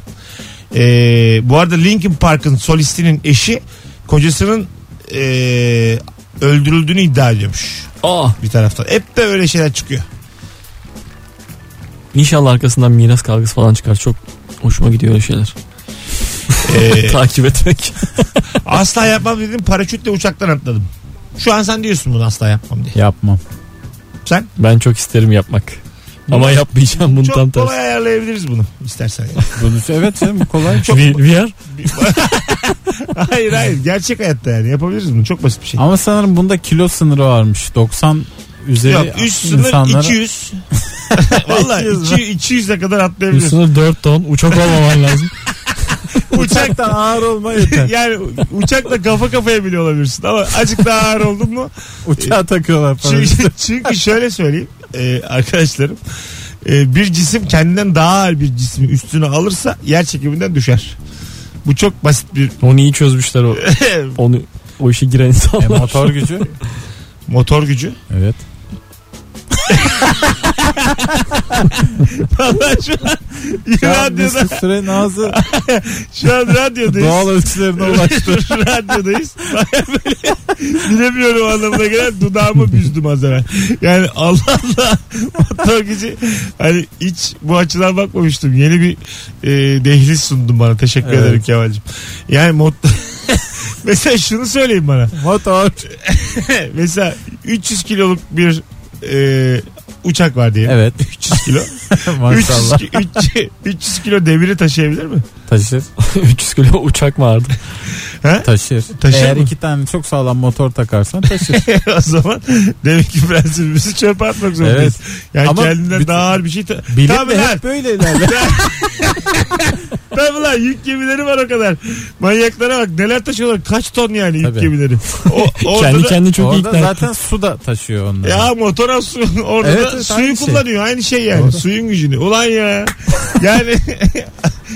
[SPEAKER 2] Ee, bu arada Linkin Park'ın solistinin eşi kocasının ee, öldürüldüğünü iddia ediyormuş
[SPEAKER 3] Aa,
[SPEAKER 2] bir taraftan. Hep de öyle şeyler çıkıyor.
[SPEAKER 3] inşallah arkasından miras kavgası falan çıkar. Çok hoşuma gidiyor öyle şeyler.
[SPEAKER 2] Ee,
[SPEAKER 3] Takip etmek.
[SPEAKER 2] asla yapmam dedim paraşütle uçaktan atladım. Şu an sen diyorsun bunu asla yapmam diye.
[SPEAKER 4] Yapmam.
[SPEAKER 2] Sen
[SPEAKER 3] Ben çok isterim yapmak. Ama yapmayacağım bunu tam
[SPEAKER 2] çok
[SPEAKER 3] tersi.
[SPEAKER 2] kolay ayarlayabiliriz bunu istersen. yani.
[SPEAKER 4] Bunu- evet canım kolay. şey.
[SPEAKER 2] Çok-
[SPEAKER 3] Vi- VR?
[SPEAKER 2] hayır hayır gerçek hayatta yani yapabiliriz bunu çok basit bir şey.
[SPEAKER 4] Ama sanırım bunda kilo sınırı varmış. 90 üzeri
[SPEAKER 2] Yok üst sınır
[SPEAKER 4] insanlara-
[SPEAKER 2] 200. Valla 200, 200'e kadar atlayabilirsin.
[SPEAKER 3] Üstüne 4 ton uçak olmaman lazım.
[SPEAKER 2] Uçak
[SPEAKER 4] Uçaktan ağır olma yeter.
[SPEAKER 2] yani uçakla kafa kafaya bile olabilirsin ama azıcık daha ağır oldun mu?
[SPEAKER 4] Uçağa takıyorlar falan.
[SPEAKER 2] Çünkü, çünkü şöyle söyleyeyim e, arkadaşlarım. E, bir cisim kendinden daha ağır bir cismi üstüne alırsa yer çekiminden düşer. Bu çok basit bir
[SPEAKER 3] Onu iyi çözmüşler o. Onu o işe giren
[SPEAKER 4] E,
[SPEAKER 3] insanlar.
[SPEAKER 4] motor gücü.
[SPEAKER 2] motor gücü.
[SPEAKER 4] Evet.
[SPEAKER 2] Valla şu an
[SPEAKER 4] Şu an
[SPEAKER 2] radyoda,
[SPEAKER 4] Mesut Süre'nin ağzı
[SPEAKER 2] şu an radyodayız.
[SPEAKER 4] doğal ölçülerine ulaştı.
[SPEAKER 2] Radyodayız. Baya böyle bilemiyorum anlamına gelen dudağımı büzdüm az evvel. Yani Allah Allah motor gücü hani hiç bu açıdan bakmamıştım. Yeni bir e, dehliz sundun bana. Teşekkür
[SPEAKER 4] Evet.
[SPEAKER 2] ederim Kemal'cim. Yani mot Mesela şunu söyleyin bana.
[SPEAKER 4] Motor.
[SPEAKER 2] Mesela 300 kiloluk bir e, uçak var diye.
[SPEAKER 4] Evet.
[SPEAKER 2] 300 kilo. 300,
[SPEAKER 4] Maşallah.
[SPEAKER 2] ki- üç- 300 kilo demiri taşıyabilir mi?
[SPEAKER 4] Taşır.
[SPEAKER 3] 300 kilo uçak vardı.
[SPEAKER 4] Taşır.
[SPEAKER 2] Taşır
[SPEAKER 4] Eğer
[SPEAKER 2] mı?
[SPEAKER 4] iki tane çok sağlam motor takarsan taşır.
[SPEAKER 2] o zaman demek ki prensibimizi çöpe atmak zorundayız.
[SPEAKER 4] evet.
[SPEAKER 2] Yani
[SPEAKER 4] Ama
[SPEAKER 2] kendinden
[SPEAKER 4] bütün-
[SPEAKER 2] daha ağır bir şey. Ta-
[SPEAKER 4] Bilim
[SPEAKER 2] tabii
[SPEAKER 4] de
[SPEAKER 2] lan.
[SPEAKER 4] hep böyle ilerler.
[SPEAKER 2] Tabii lan yük gemileri var o kadar. Manyaklara bak neler taşıyorlar. Kaç ton yani yük
[SPEAKER 4] Tabii.
[SPEAKER 2] gemileri. O, orada
[SPEAKER 3] Kendi
[SPEAKER 2] da-
[SPEAKER 3] kendini çok iyi
[SPEAKER 4] Orada
[SPEAKER 3] ikna etti.
[SPEAKER 4] zaten su da taşıyor onları.
[SPEAKER 2] Ya motora su, orada
[SPEAKER 4] Evet,
[SPEAKER 2] da
[SPEAKER 4] evet,
[SPEAKER 2] suyu
[SPEAKER 4] aynı şey.
[SPEAKER 2] kullanıyor. Aynı şey yani.
[SPEAKER 4] Doğru.
[SPEAKER 2] Suyun gücünü. Ulan ya. Yani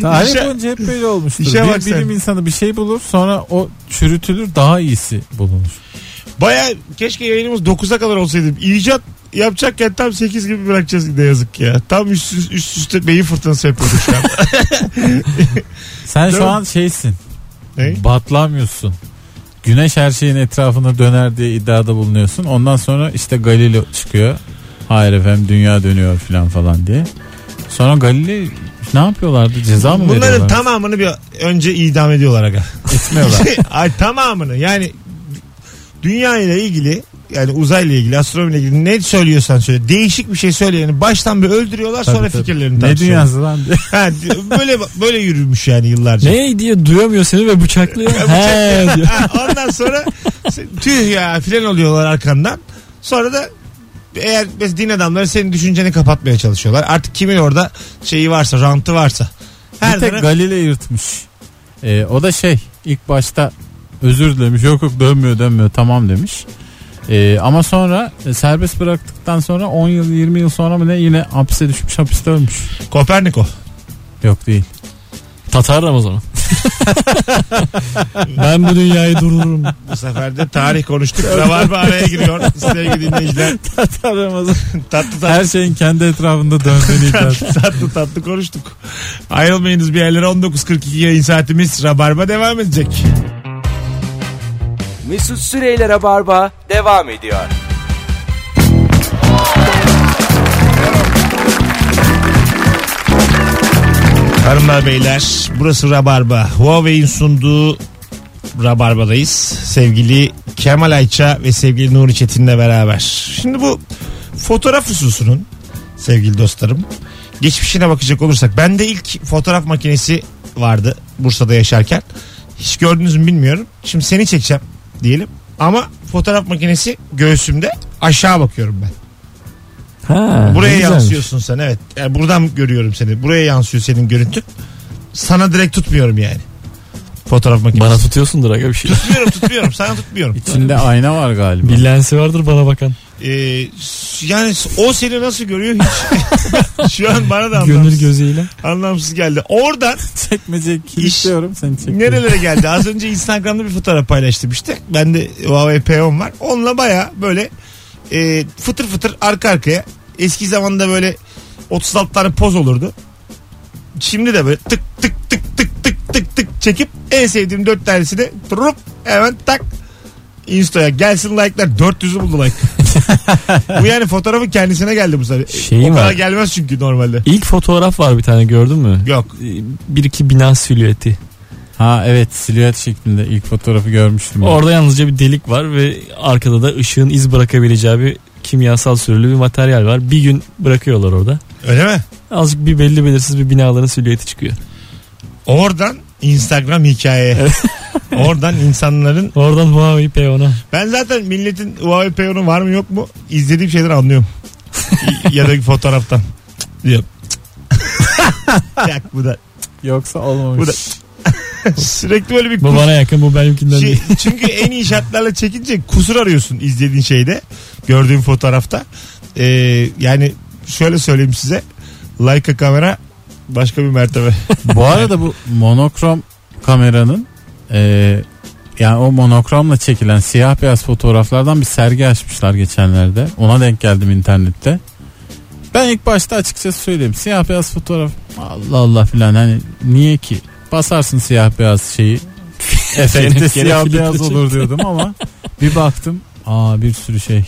[SPEAKER 4] Tarih
[SPEAKER 2] İşe-
[SPEAKER 4] boyunca hep hani böyle olmuştur.
[SPEAKER 2] şey- İşe bak
[SPEAKER 4] bir
[SPEAKER 2] sen.
[SPEAKER 4] bilim insanı bir şey bulur sonra o çürütülür daha iyisi bulunur.
[SPEAKER 2] baya keşke yayınımız 9'a kadar olsaydı. İcat yapacakken tam 8 gibi bırakacağız ne yazık ki ya. Tam üst, üst, üst üste beyin fırtınası yapıyorduk şu an.
[SPEAKER 4] Sen
[SPEAKER 2] Değil
[SPEAKER 4] şu
[SPEAKER 2] mi?
[SPEAKER 4] an şeysin.
[SPEAKER 2] Ne?
[SPEAKER 4] Batlamıyorsun. Güneş her şeyin etrafına döner diye iddiada bulunuyorsun. Ondan sonra işte Galileo çıkıyor. Hayır efendim dünya dönüyor falan falan diye. Sonra Galileo ne yapıyorlardı? Ceza mı
[SPEAKER 2] Bunların
[SPEAKER 4] veriyorlar?
[SPEAKER 2] tamamını bir önce idam ediyorlar aga.
[SPEAKER 4] Etmiyorlar.
[SPEAKER 2] Ay tamamını yani dünya ile ilgili yani uzayla ilgili astronomiyle ilgili ne söylüyorsan söyle. Değişik bir şey söyleyeni baştan bir öldürüyorlar
[SPEAKER 4] Tabii,
[SPEAKER 2] sonra
[SPEAKER 4] tabii.
[SPEAKER 2] fikirlerini
[SPEAKER 4] Ne
[SPEAKER 2] tartışıyorlar.
[SPEAKER 4] dünyası lan diye.
[SPEAKER 2] Ha, böyle böyle yürümüş yani yıllarca.
[SPEAKER 3] Ne diye duyamıyor seni ve bıçaklıyor. He diyor.
[SPEAKER 2] Ha, ondan sonra tüh ya filan oluyorlar arkandan. Sonra da eğer biz din adamları senin düşünceni kapatmaya çalışıyorlar. Artık kimin orada şeyi varsa, rantı varsa. Her
[SPEAKER 4] bir tek
[SPEAKER 2] taraf-
[SPEAKER 4] Galileo yırtmış. Ee, o da şey ilk başta özür dilemiş. Yok yok dönmüyor dönmüyor tamam demiş. Ee, ama sonra e, serbest bıraktıktan sonra 10 yıl 20 yıl sonra mı ne yine hapse düşmüş hapiste ölmüş.
[SPEAKER 2] Koperniko.
[SPEAKER 4] Yok değil.
[SPEAKER 3] Tatar Ramazan'ı. ben bu dünyayı dururum.
[SPEAKER 2] Bu sefer de tarih konuştuk. Rabarba araya giriyor. Sevgili dinleyiciler. Tatlı tatlı,
[SPEAKER 4] Her şeyin kendi etrafında döndüğünü iddia ediyor.
[SPEAKER 2] tatlı, tatlı konuştuk. Ayrılmayınız bir yerlere 19.42 yayın saatimiz. Rabarba devam edecek.
[SPEAKER 1] Mesut Süreyler'e barba devam ediyor.
[SPEAKER 2] Hanımlar beyler burası Rabarba. Huawei'in sunduğu Rabarba'dayız. Sevgili Kemal Ayça ve sevgili Nuri Çetin'le beraber. Şimdi bu fotoğraf hususunun sevgili dostlarım geçmişine bakacak olursak bende ilk fotoğraf makinesi vardı Bursa'da yaşarken. Hiç gördünüz mü bilmiyorum. Şimdi seni çekeceğim diyelim ama fotoğraf makinesi göğsümde aşağı bakıyorum ben.
[SPEAKER 3] Ha,
[SPEAKER 2] Buraya
[SPEAKER 3] ne güzelmiş.
[SPEAKER 2] yansıyorsun sen evet. Yani buradan görüyorum seni. Buraya yansıyor senin görüntü. Sana direkt tutmuyorum yani. Fotoğraf makinesi.
[SPEAKER 3] Bana tutuyorsundur aga bir şey.
[SPEAKER 2] tutmuyorum tutmuyorum. Sana tutmuyorum.
[SPEAKER 4] İçinde ayna var galiba.
[SPEAKER 3] Bir lensi vardır bana bakan.
[SPEAKER 2] Ee, yani o seni nasıl görüyor hiç. Şu an bana da
[SPEAKER 3] Gönül
[SPEAKER 2] anlamsız,
[SPEAKER 3] gözüyle.
[SPEAKER 2] anlamsız geldi. Oradan
[SPEAKER 4] Çekmece kilitliyorum seni çekmece.
[SPEAKER 2] nerelere geldi? Az önce Instagram'da bir fotoğraf paylaştım işte. Bende Huawei P10 var. Onunla baya böyle e, fıtır fıtır arka arkaya. Eski zamanda böyle 36 tane poz olurdu. Şimdi de böyle tık tık tık tık tık tık tık çekip en sevdiğim 4 tanesi de durup hemen tak Insta'ya gelsin like'lar 400'ü buldu like. bu yani fotoğrafın kendisine geldi bu sefer.
[SPEAKER 3] Şeyi
[SPEAKER 2] o kadar
[SPEAKER 3] var.
[SPEAKER 2] gelmez çünkü normalde.
[SPEAKER 3] İlk fotoğraf var bir tane gördün mü?
[SPEAKER 2] Yok.
[SPEAKER 3] Ee, Bir iki bina silüeti.
[SPEAKER 4] Ha evet silüet şeklinde ilk fotoğrafı görmüştüm. ben.
[SPEAKER 3] Orada yalnızca bir delik var ve arkada da ışığın iz bırakabileceği bir kimyasal sürülü bir materyal var. Bir gün bırakıyorlar orada.
[SPEAKER 2] Öyle mi?
[SPEAKER 3] Azıcık bir belli belirsiz bir binaların silüeti çıkıyor.
[SPEAKER 2] Oradan Instagram hikaye. Oradan insanların
[SPEAKER 3] Oradan Huawei P10'a.
[SPEAKER 2] ben zaten milletin Huawei Payon'u var mı yok mu izlediğim şeyleri anlıyorum. Y- ya da fotoğraftan. Diyor. Yak bu da.
[SPEAKER 4] Yoksa olmamış.
[SPEAKER 2] Bu da- Sürekli böyle bir
[SPEAKER 3] Bu
[SPEAKER 2] kus-
[SPEAKER 3] bana yakın bu benimkinden
[SPEAKER 2] şey-
[SPEAKER 3] değil.
[SPEAKER 2] çünkü en iyi şartlarla çekince kusur arıyorsun izlediğin şeyde. Gördüğün fotoğrafta. Ee, yani şöyle söyleyeyim size. Leica kamera başka bir mertebe.
[SPEAKER 4] Bu arada bu monokrom kameranın e, yani o monokromla çekilen siyah beyaz fotoğraflardan bir sergi açmışlar geçenlerde. Ona denk geldim internette. Ben ilk başta açıkçası söyleyeyim. Siyah beyaz fotoğraf Allah Allah filan hani niye ki? Basarsın siyah beyaz şeyi. Efekte
[SPEAKER 3] Gene-
[SPEAKER 4] siyah
[SPEAKER 3] gene
[SPEAKER 4] beyaz
[SPEAKER 3] filtre
[SPEAKER 4] olur diyordum ama bir baktım aa bir sürü şey.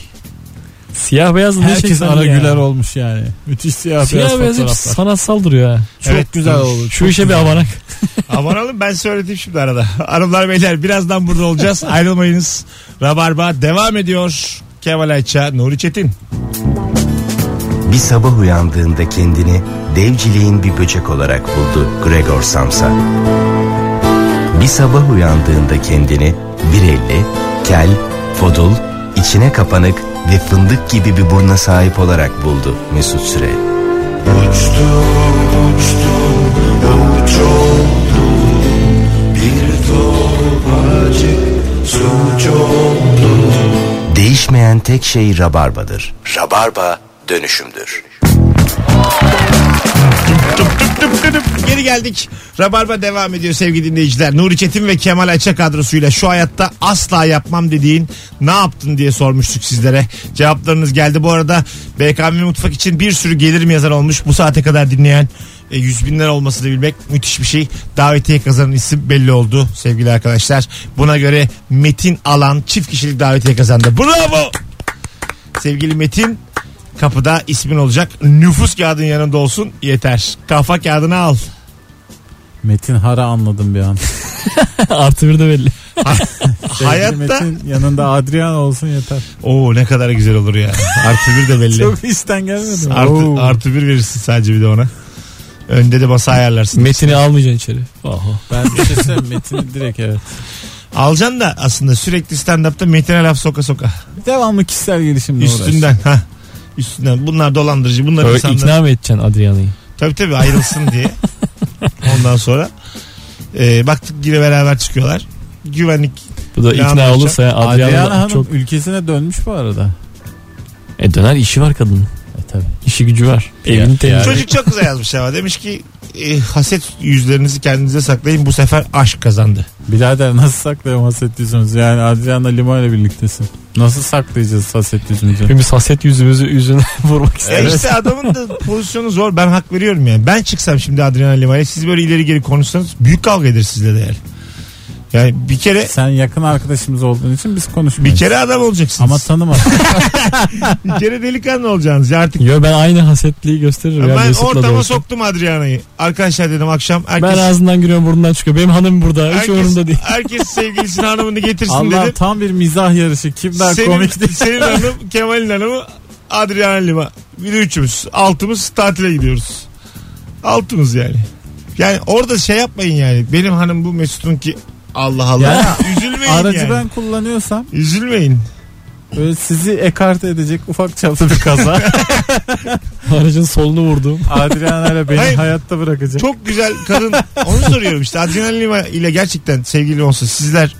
[SPEAKER 3] Siyah beyaz ne
[SPEAKER 4] Herkes
[SPEAKER 3] şeklen
[SPEAKER 4] ara
[SPEAKER 3] ya?
[SPEAKER 4] güler olmuş yani. Müthiş siyah,
[SPEAKER 3] Siyah
[SPEAKER 4] beyaz
[SPEAKER 3] beyaz hep
[SPEAKER 4] fotoğraflar.
[SPEAKER 3] sanatsal duruyor ha.
[SPEAKER 4] Çok
[SPEAKER 2] Evet,
[SPEAKER 4] güzel
[SPEAKER 2] tabii.
[SPEAKER 4] olur.
[SPEAKER 3] Şu işe bir avanak.
[SPEAKER 2] Aman oğlum ben söyledim şimdi arada. Hanımlar beyler birazdan burada olacağız. Ayrılmayınız. Rabarba devam ediyor. Kemal Ayça, Nuri Çetin.
[SPEAKER 5] Bir sabah uyandığında kendini devciliğin bir böcek olarak buldu Gregor Samsa. Bir sabah uyandığında kendini bir elli, kel, fodul, içine kapanık ve fındık gibi bir burna sahip olarak buldu Mesut Süre. Değişmeyen tek şey rabarbadır. Rabarba dönüşümdür.
[SPEAKER 2] Tıp tıp tıp tıp tıp. Geri geldik. Rabarba devam ediyor sevgili dinleyiciler. Nuri Çetin ve Kemal Ayça kadrosuyla şu hayatta asla yapmam dediğin ne yaptın diye sormuştuk sizlere. Cevaplarınız geldi. Bu arada BKM Mutfak için bir sürü gelirim yazan olmuş. Bu saate kadar dinleyen e, yüz binler olmasını bilmek müthiş bir şey. Davetiye kazanan isim belli oldu sevgili arkadaşlar. Buna göre Metin Alan çift kişilik davetiye kazandı. Bravo! Sevgili Metin kapıda ismin olacak. Nüfus kağıdın yanında olsun yeter. Kafa kağıdını al.
[SPEAKER 4] Metin Hara anladım bir an.
[SPEAKER 3] Artı bir de belli.
[SPEAKER 4] Sevgili
[SPEAKER 2] Hayatta-
[SPEAKER 4] Metin yanında Adrian olsun yeter.
[SPEAKER 2] Oo ne kadar güzel olur ya. Artı bir de belli.
[SPEAKER 4] Çok işten gelmedi mi? Oo.
[SPEAKER 2] artı, artı bir verirsin sadece bir de ona. Önde de masa ayarlarsın.
[SPEAKER 3] Metin'i almayacaksın içeri. Oho.
[SPEAKER 4] Ben bir şey söyleyeyim Metin'i direkt evet.
[SPEAKER 2] Alacaksın da aslında sürekli stand-up'ta Metin'e laf soka soka.
[SPEAKER 4] Devamlı kişisel gelişimle uğraş.
[SPEAKER 2] Üstünden ha. Üstünden. Bunlar dolandırıcı. Bunlar
[SPEAKER 3] Böyle
[SPEAKER 2] insanlar.
[SPEAKER 3] ikna mı edeceksin Adriana'yı?
[SPEAKER 2] Tabii tabii ayrılsın diye. Ondan sonra e, baktık yine beraber çıkıyorlar. Güvenlik
[SPEAKER 3] Bu da
[SPEAKER 2] Ne
[SPEAKER 3] ikna
[SPEAKER 2] anlatacak?
[SPEAKER 3] olursa Adriana,
[SPEAKER 4] Adriana Hanım
[SPEAKER 3] çok...
[SPEAKER 4] ülkesine dönmüş bu arada.
[SPEAKER 3] E döner işi var kadının.
[SPEAKER 4] E tabi.
[SPEAKER 3] İşi gücü var. Evini temizliyor.
[SPEAKER 2] Çocuk çok güzel yazmış ama demiş ki e, haset yüzlerinizi kendinize saklayın bu sefer aşk kazandı.
[SPEAKER 4] Birader nasıl saklayalım haset yüzümüzü? Yani Adriana Lima ile birliktesin. Nasıl saklayacağız haset yüzümüzü?
[SPEAKER 3] Hepimiz haset yüzümüzü yüzüne vurmak
[SPEAKER 2] E
[SPEAKER 3] isteriz.
[SPEAKER 2] işte adamın da pozisyonu zor ben hak veriyorum yani. Ben çıksam şimdi Adrian Lima'ya siz böyle ileri geri konuşsanız büyük kavga eder sizle de yani. Yani bir kere
[SPEAKER 4] Sen yakın arkadaşımız olduğun için biz konuşmuyoruz.
[SPEAKER 2] bir kere adam olacaksınız.
[SPEAKER 4] Ama tanıma.
[SPEAKER 2] bir kere delikanlı olacaksınız ya artık.
[SPEAKER 3] Yo ben aynı hasetliği gösteririm. ya,
[SPEAKER 2] ben
[SPEAKER 3] Mesut'la da
[SPEAKER 2] ortama
[SPEAKER 3] olsa.
[SPEAKER 2] soktum Adriana'yı. Arkadaşlar dedim akşam herkes
[SPEAKER 3] Ben ağzından giriyorum burnundan çıkıyor. Benim hanım burada. Hiç umurumda değil.
[SPEAKER 2] herkes sevgilisinin hanımını getirsin
[SPEAKER 4] Allah
[SPEAKER 2] dedim.
[SPEAKER 4] tam bir mizah yarışı. Kim daha
[SPEAKER 2] senin,
[SPEAKER 4] komik değil.
[SPEAKER 2] senin hanım, Kemal'in hanımı, Adriana Lima. Bir de üçümüz. Altımız tatile gidiyoruz. Altımız yani. Yani orada şey yapmayın yani. Benim hanım bu Mesut'un ki Allah Allah. Üzülmeyin
[SPEAKER 4] Aracı
[SPEAKER 2] yani.
[SPEAKER 4] ben kullanıyorsam
[SPEAKER 2] Üzülmeyin.
[SPEAKER 4] böyle sizi ekarte edecek ufak çaplı bir kaza.
[SPEAKER 3] Aracın solunu vurdum.
[SPEAKER 4] Adriana ile beni
[SPEAKER 2] Hayır.
[SPEAKER 4] hayatta bırakacak.
[SPEAKER 2] Çok güzel kadın. Onu soruyorum işte. Adriana Lima ile gerçekten sevgili olsa sizler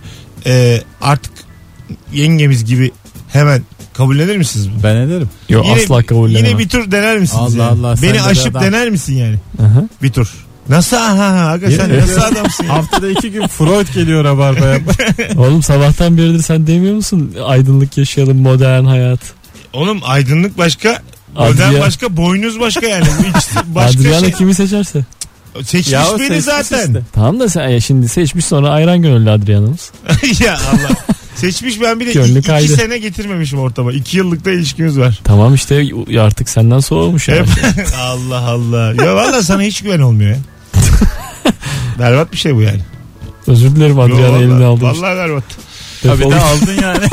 [SPEAKER 2] e, artık yengemiz gibi hemen kabullenir misiniz bunu?
[SPEAKER 4] Ben ederim.
[SPEAKER 3] Yo
[SPEAKER 2] Yine-
[SPEAKER 3] asla kabullenemem.
[SPEAKER 2] Yine bir tur dener misiniz?
[SPEAKER 4] Allah
[SPEAKER 2] yani?
[SPEAKER 4] Allah, sen
[SPEAKER 2] Beni
[SPEAKER 4] de
[SPEAKER 2] aşıp
[SPEAKER 4] adam.
[SPEAKER 2] dener misin yani?
[SPEAKER 3] Aha.
[SPEAKER 2] Bir tur. Nasıl aha ha aga
[SPEAKER 4] Yine
[SPEAKER 2] E sen
[SPEAKER 4] mi?
[SPEAKER 2] nasıl adamsın ya?
[SPEAKER 4] Haftada iki gün Freud geliyor Rabarba'ya.
[SPEAKER 3] Oğlum sabahtan beridir sen demiyor musun? Aydınlık yaşayalım modern hayat.
[SPEAKER 2] Oğlum aydınlık başka, modern
[SPEAKER 3] Adrian-
[SPEAKER 2] başka, boynuz başka yani. Bu ikisi başka
[SPEAKER 3] Adriana
[SPEAKER 2] şey.
[SPEAKER 3] kimi seçerse.
[SPEAKER 2] Seçmiş
[SPEAKER 4] Ya o
[SPEAKER 2] beni
[SPEAKER 4] seçmiş
[SPEAKER 2] zaten.
[SPEAKER 3] Tamam da sen ya şimdi seçmiş sonra ayran gönüllü Adriana'mız.
[SPEAKER 2] ya Allah. Seçmiş ben bir de
[SPEAKER 3] Gönlü
[SPEAKER 2] iki,
[SPEAKER 3] kaydı.
[SPEAKER 2] sene getirmemişim ortama. İki yıllık da ilişkimiz var.
[SPEAKER 3] Tamam işte ya artık senden soğumuş ya.
[SPEAKER 2] Hep- Allah Allah. Ya valla sana hiç güven olmuyor ya. Berbat bir şey bu yani.
[SPEAKER 3] Özür dilerim
[SPEAKER 2] Yo,
[SPEAKER 3] Adriana
[SPEAKER 2] vallahi-
[SPEAKER 3] elini aldım.
[SPEAKER 2] Vallahi berbat.
[SPEAKER 4] Tabii de aldın yani.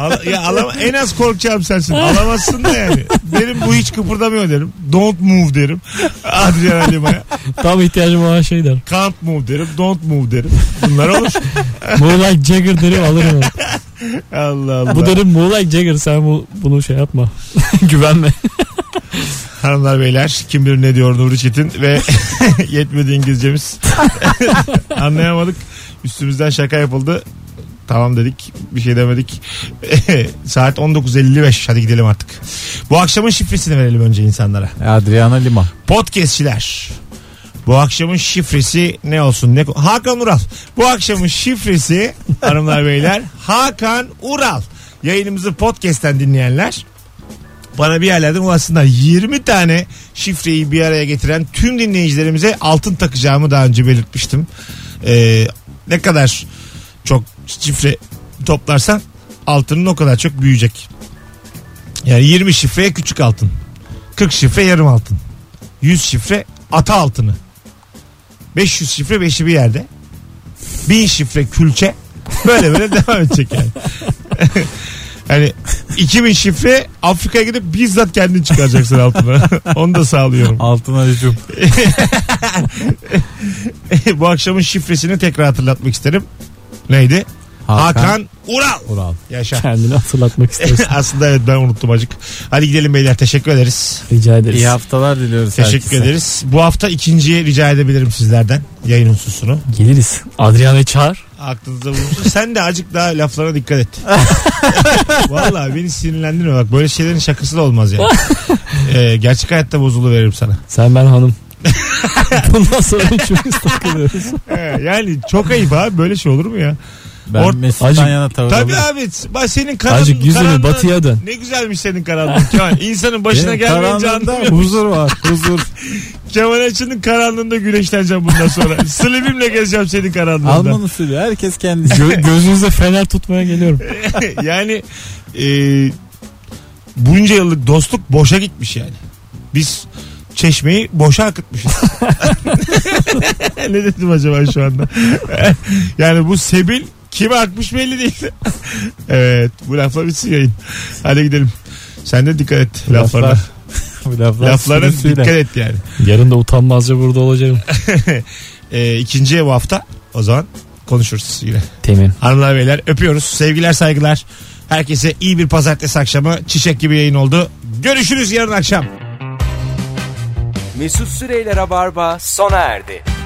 [SPEAKER 2] Al- ya alama, en az korkacağım sensin. Alamazsın da yani. Derim bu hiç kıpırdamıyor derim. Don't move derim. Adriana Lima'ya.
[SPEAKER 3] Tam ihtiyacım olan şey der.
[SPEAKER 2] Can't move derim. Don't move derim. Bunlar olur.
[SPEAKER 3] More like Jagger derim alırım onu.
[SPEAKER 2] Allah Allah.
[SPEAKER 3] Bu derim more like Jagger sen bu, bunu şey yapma. Güvenme.
[SPEAKER 2] Hanımlar beyler kim bilir ne diyor Nuri Çetin ve yetmedi İngilizcemiz. Anlayamadık. Üstümüzden şaka yapıldı. Tamam dedik. Bir şey demedik. Saat 19.55. Hadi gidelim artık. Bu akşamın şifresini verelim önce insanlara.
[SPEAKER 4] Adriana Lima.
[SPEAKER 2] Podcastçiler. Bu akşamın şifresi ne olsun? Ne... Hakan Ural. Bu akşamın şifresi hanımlar beyler Hakan Ural. Yayınımızı podcast'ten dinleyenler bana bir yerlerden ulaşsınlar. 20 tane şifreyi bir araya getiren tüm dinleyicilerimize altın takacağımı daha önce belirtmiştim. Ee, ne kadar çok şifre toplarsan altının o kadar çok büyüyecek. Yani 20 şifreye küçük altın. 40 şifre yarım altın. 100 şifre ata altını. 500 şifre beşi bir yerde. 1000 şifre külçe. Böyle böyle devam edecek yani. hani 2000 şifre Afrika'ya gidip bizzat kendin çıkaracaksın altına. Onu da sağlıyorum.
[SPEAKER 4] Altına hücum.
[SPEAKER 2] Bu akşamın şifresini tekrar hatırlatmak isterim. Neydi? Hakan, Ural.
[SPEAKER 4] Ural.
[SPEAKER 2] Yaşa.
[SPEAKER 3] Kendini hatırlatmak istersin.
[SPEAKER 2] Aslında evet ben unuttum acık. Hadi gidelim beyler teşekkür ederiz.
[SPEAKER 3] Rica ederiz.
[SPEAKER 4] İyi haftalar diliyoruz
[SPEAKER 2] Teşekkür
[SPEAKER 4] herkese.
[SPEAKER 2] ederiz. Bu hafta ikinciye rica edebilirim sizlerden yayın hususunu.
[SPEAKER 3] Geliriz. Adriana'yı çağır.
[SPEAKER 2] Aklınızda bulunsun. Sen de azıcık daha laflarına dikkat et. Vallahi beni sinirlendirme bak. Böyle şeylerin şakası da olmaz yani. Ee, gerçek hayatta bozulu veririm sana.
[SPEAKER 3] Sen ben hanım. Bundan sonra üçümüz takılıyoruz.
[SPEAKER 2] He, yani çok ayıp abi böyle şey olur mu ya?
[SPEAKER 4] Ben
[SPEAKER 2] Or-
[SPEAKER 4] Mesut'tan
[SPEAKER 3] Acık-
[SPEAKER 4] yana tavır
[SPEAKER 2] Tabii
[SPEAKER 4] alıyorum.
[SPEAKER 2] abi bak senin karan,
[SPEAKER 3] Azıcık yüzünü
[SPEAKER 2] karanlığın-
[SPEAKER 3] batıya dön.
[SPEAKER 2] Ne güzelmiş senin karanlığın Kemal. İnsanın başına
[SPEAKER 4] Benim
[SPEAKER 2] gelmeyince
[SPEAKER 4] karanlığımda
[SPEAKER 2] anlıyor.
[SPEAKER 4] huzur var. Huzur.
[SPEAKER 2] Kemal Açı'nın karanlığında güneşleneceğim bundan sonra. Slim'imle gezeceğim senin karanlığında.
[SPEAKER 4] Alman usulü. Herkes kendisi.
[SPEAKER 3] gözünüzde fener tutmaya geliyorum.
[SPEAKER 2] yani e, bunca yıllık dostluk boşa gitmiş yani. Biz çeşmeyi boşa akıtmışız. ne dedim acaba şu anda? yani bu sebil kime akmış belli değil. evet bu lafla bitsin yayın. Hadi gidelim. Sen de dikkat et laflarına.
[SPEAKER 4] Laflar. Bu Laflar.
[SPEAKER 2] Laflara
[SPEAKER 4] sürüsüyle.
[SPEAKER 2] dikkat et yani.
[SPEAKER 3] Yarın da utanmazca burada olacağım.
[SPEAKER 2] E, ikinciye bu hafta o zaman konuşuruz yine.
[SPEAKER 3] Temin.
[SPEAKER 2] Hanımlar beyler öpüyoruz. Sevgiler saygılar. Herkese iyi bir pazartesi akşamı. Çiçek gibi yayın oldu. Görüşürüz yarın akşam.
[SPEAKER 1] Mesut Süreyler'e barba sona erdi.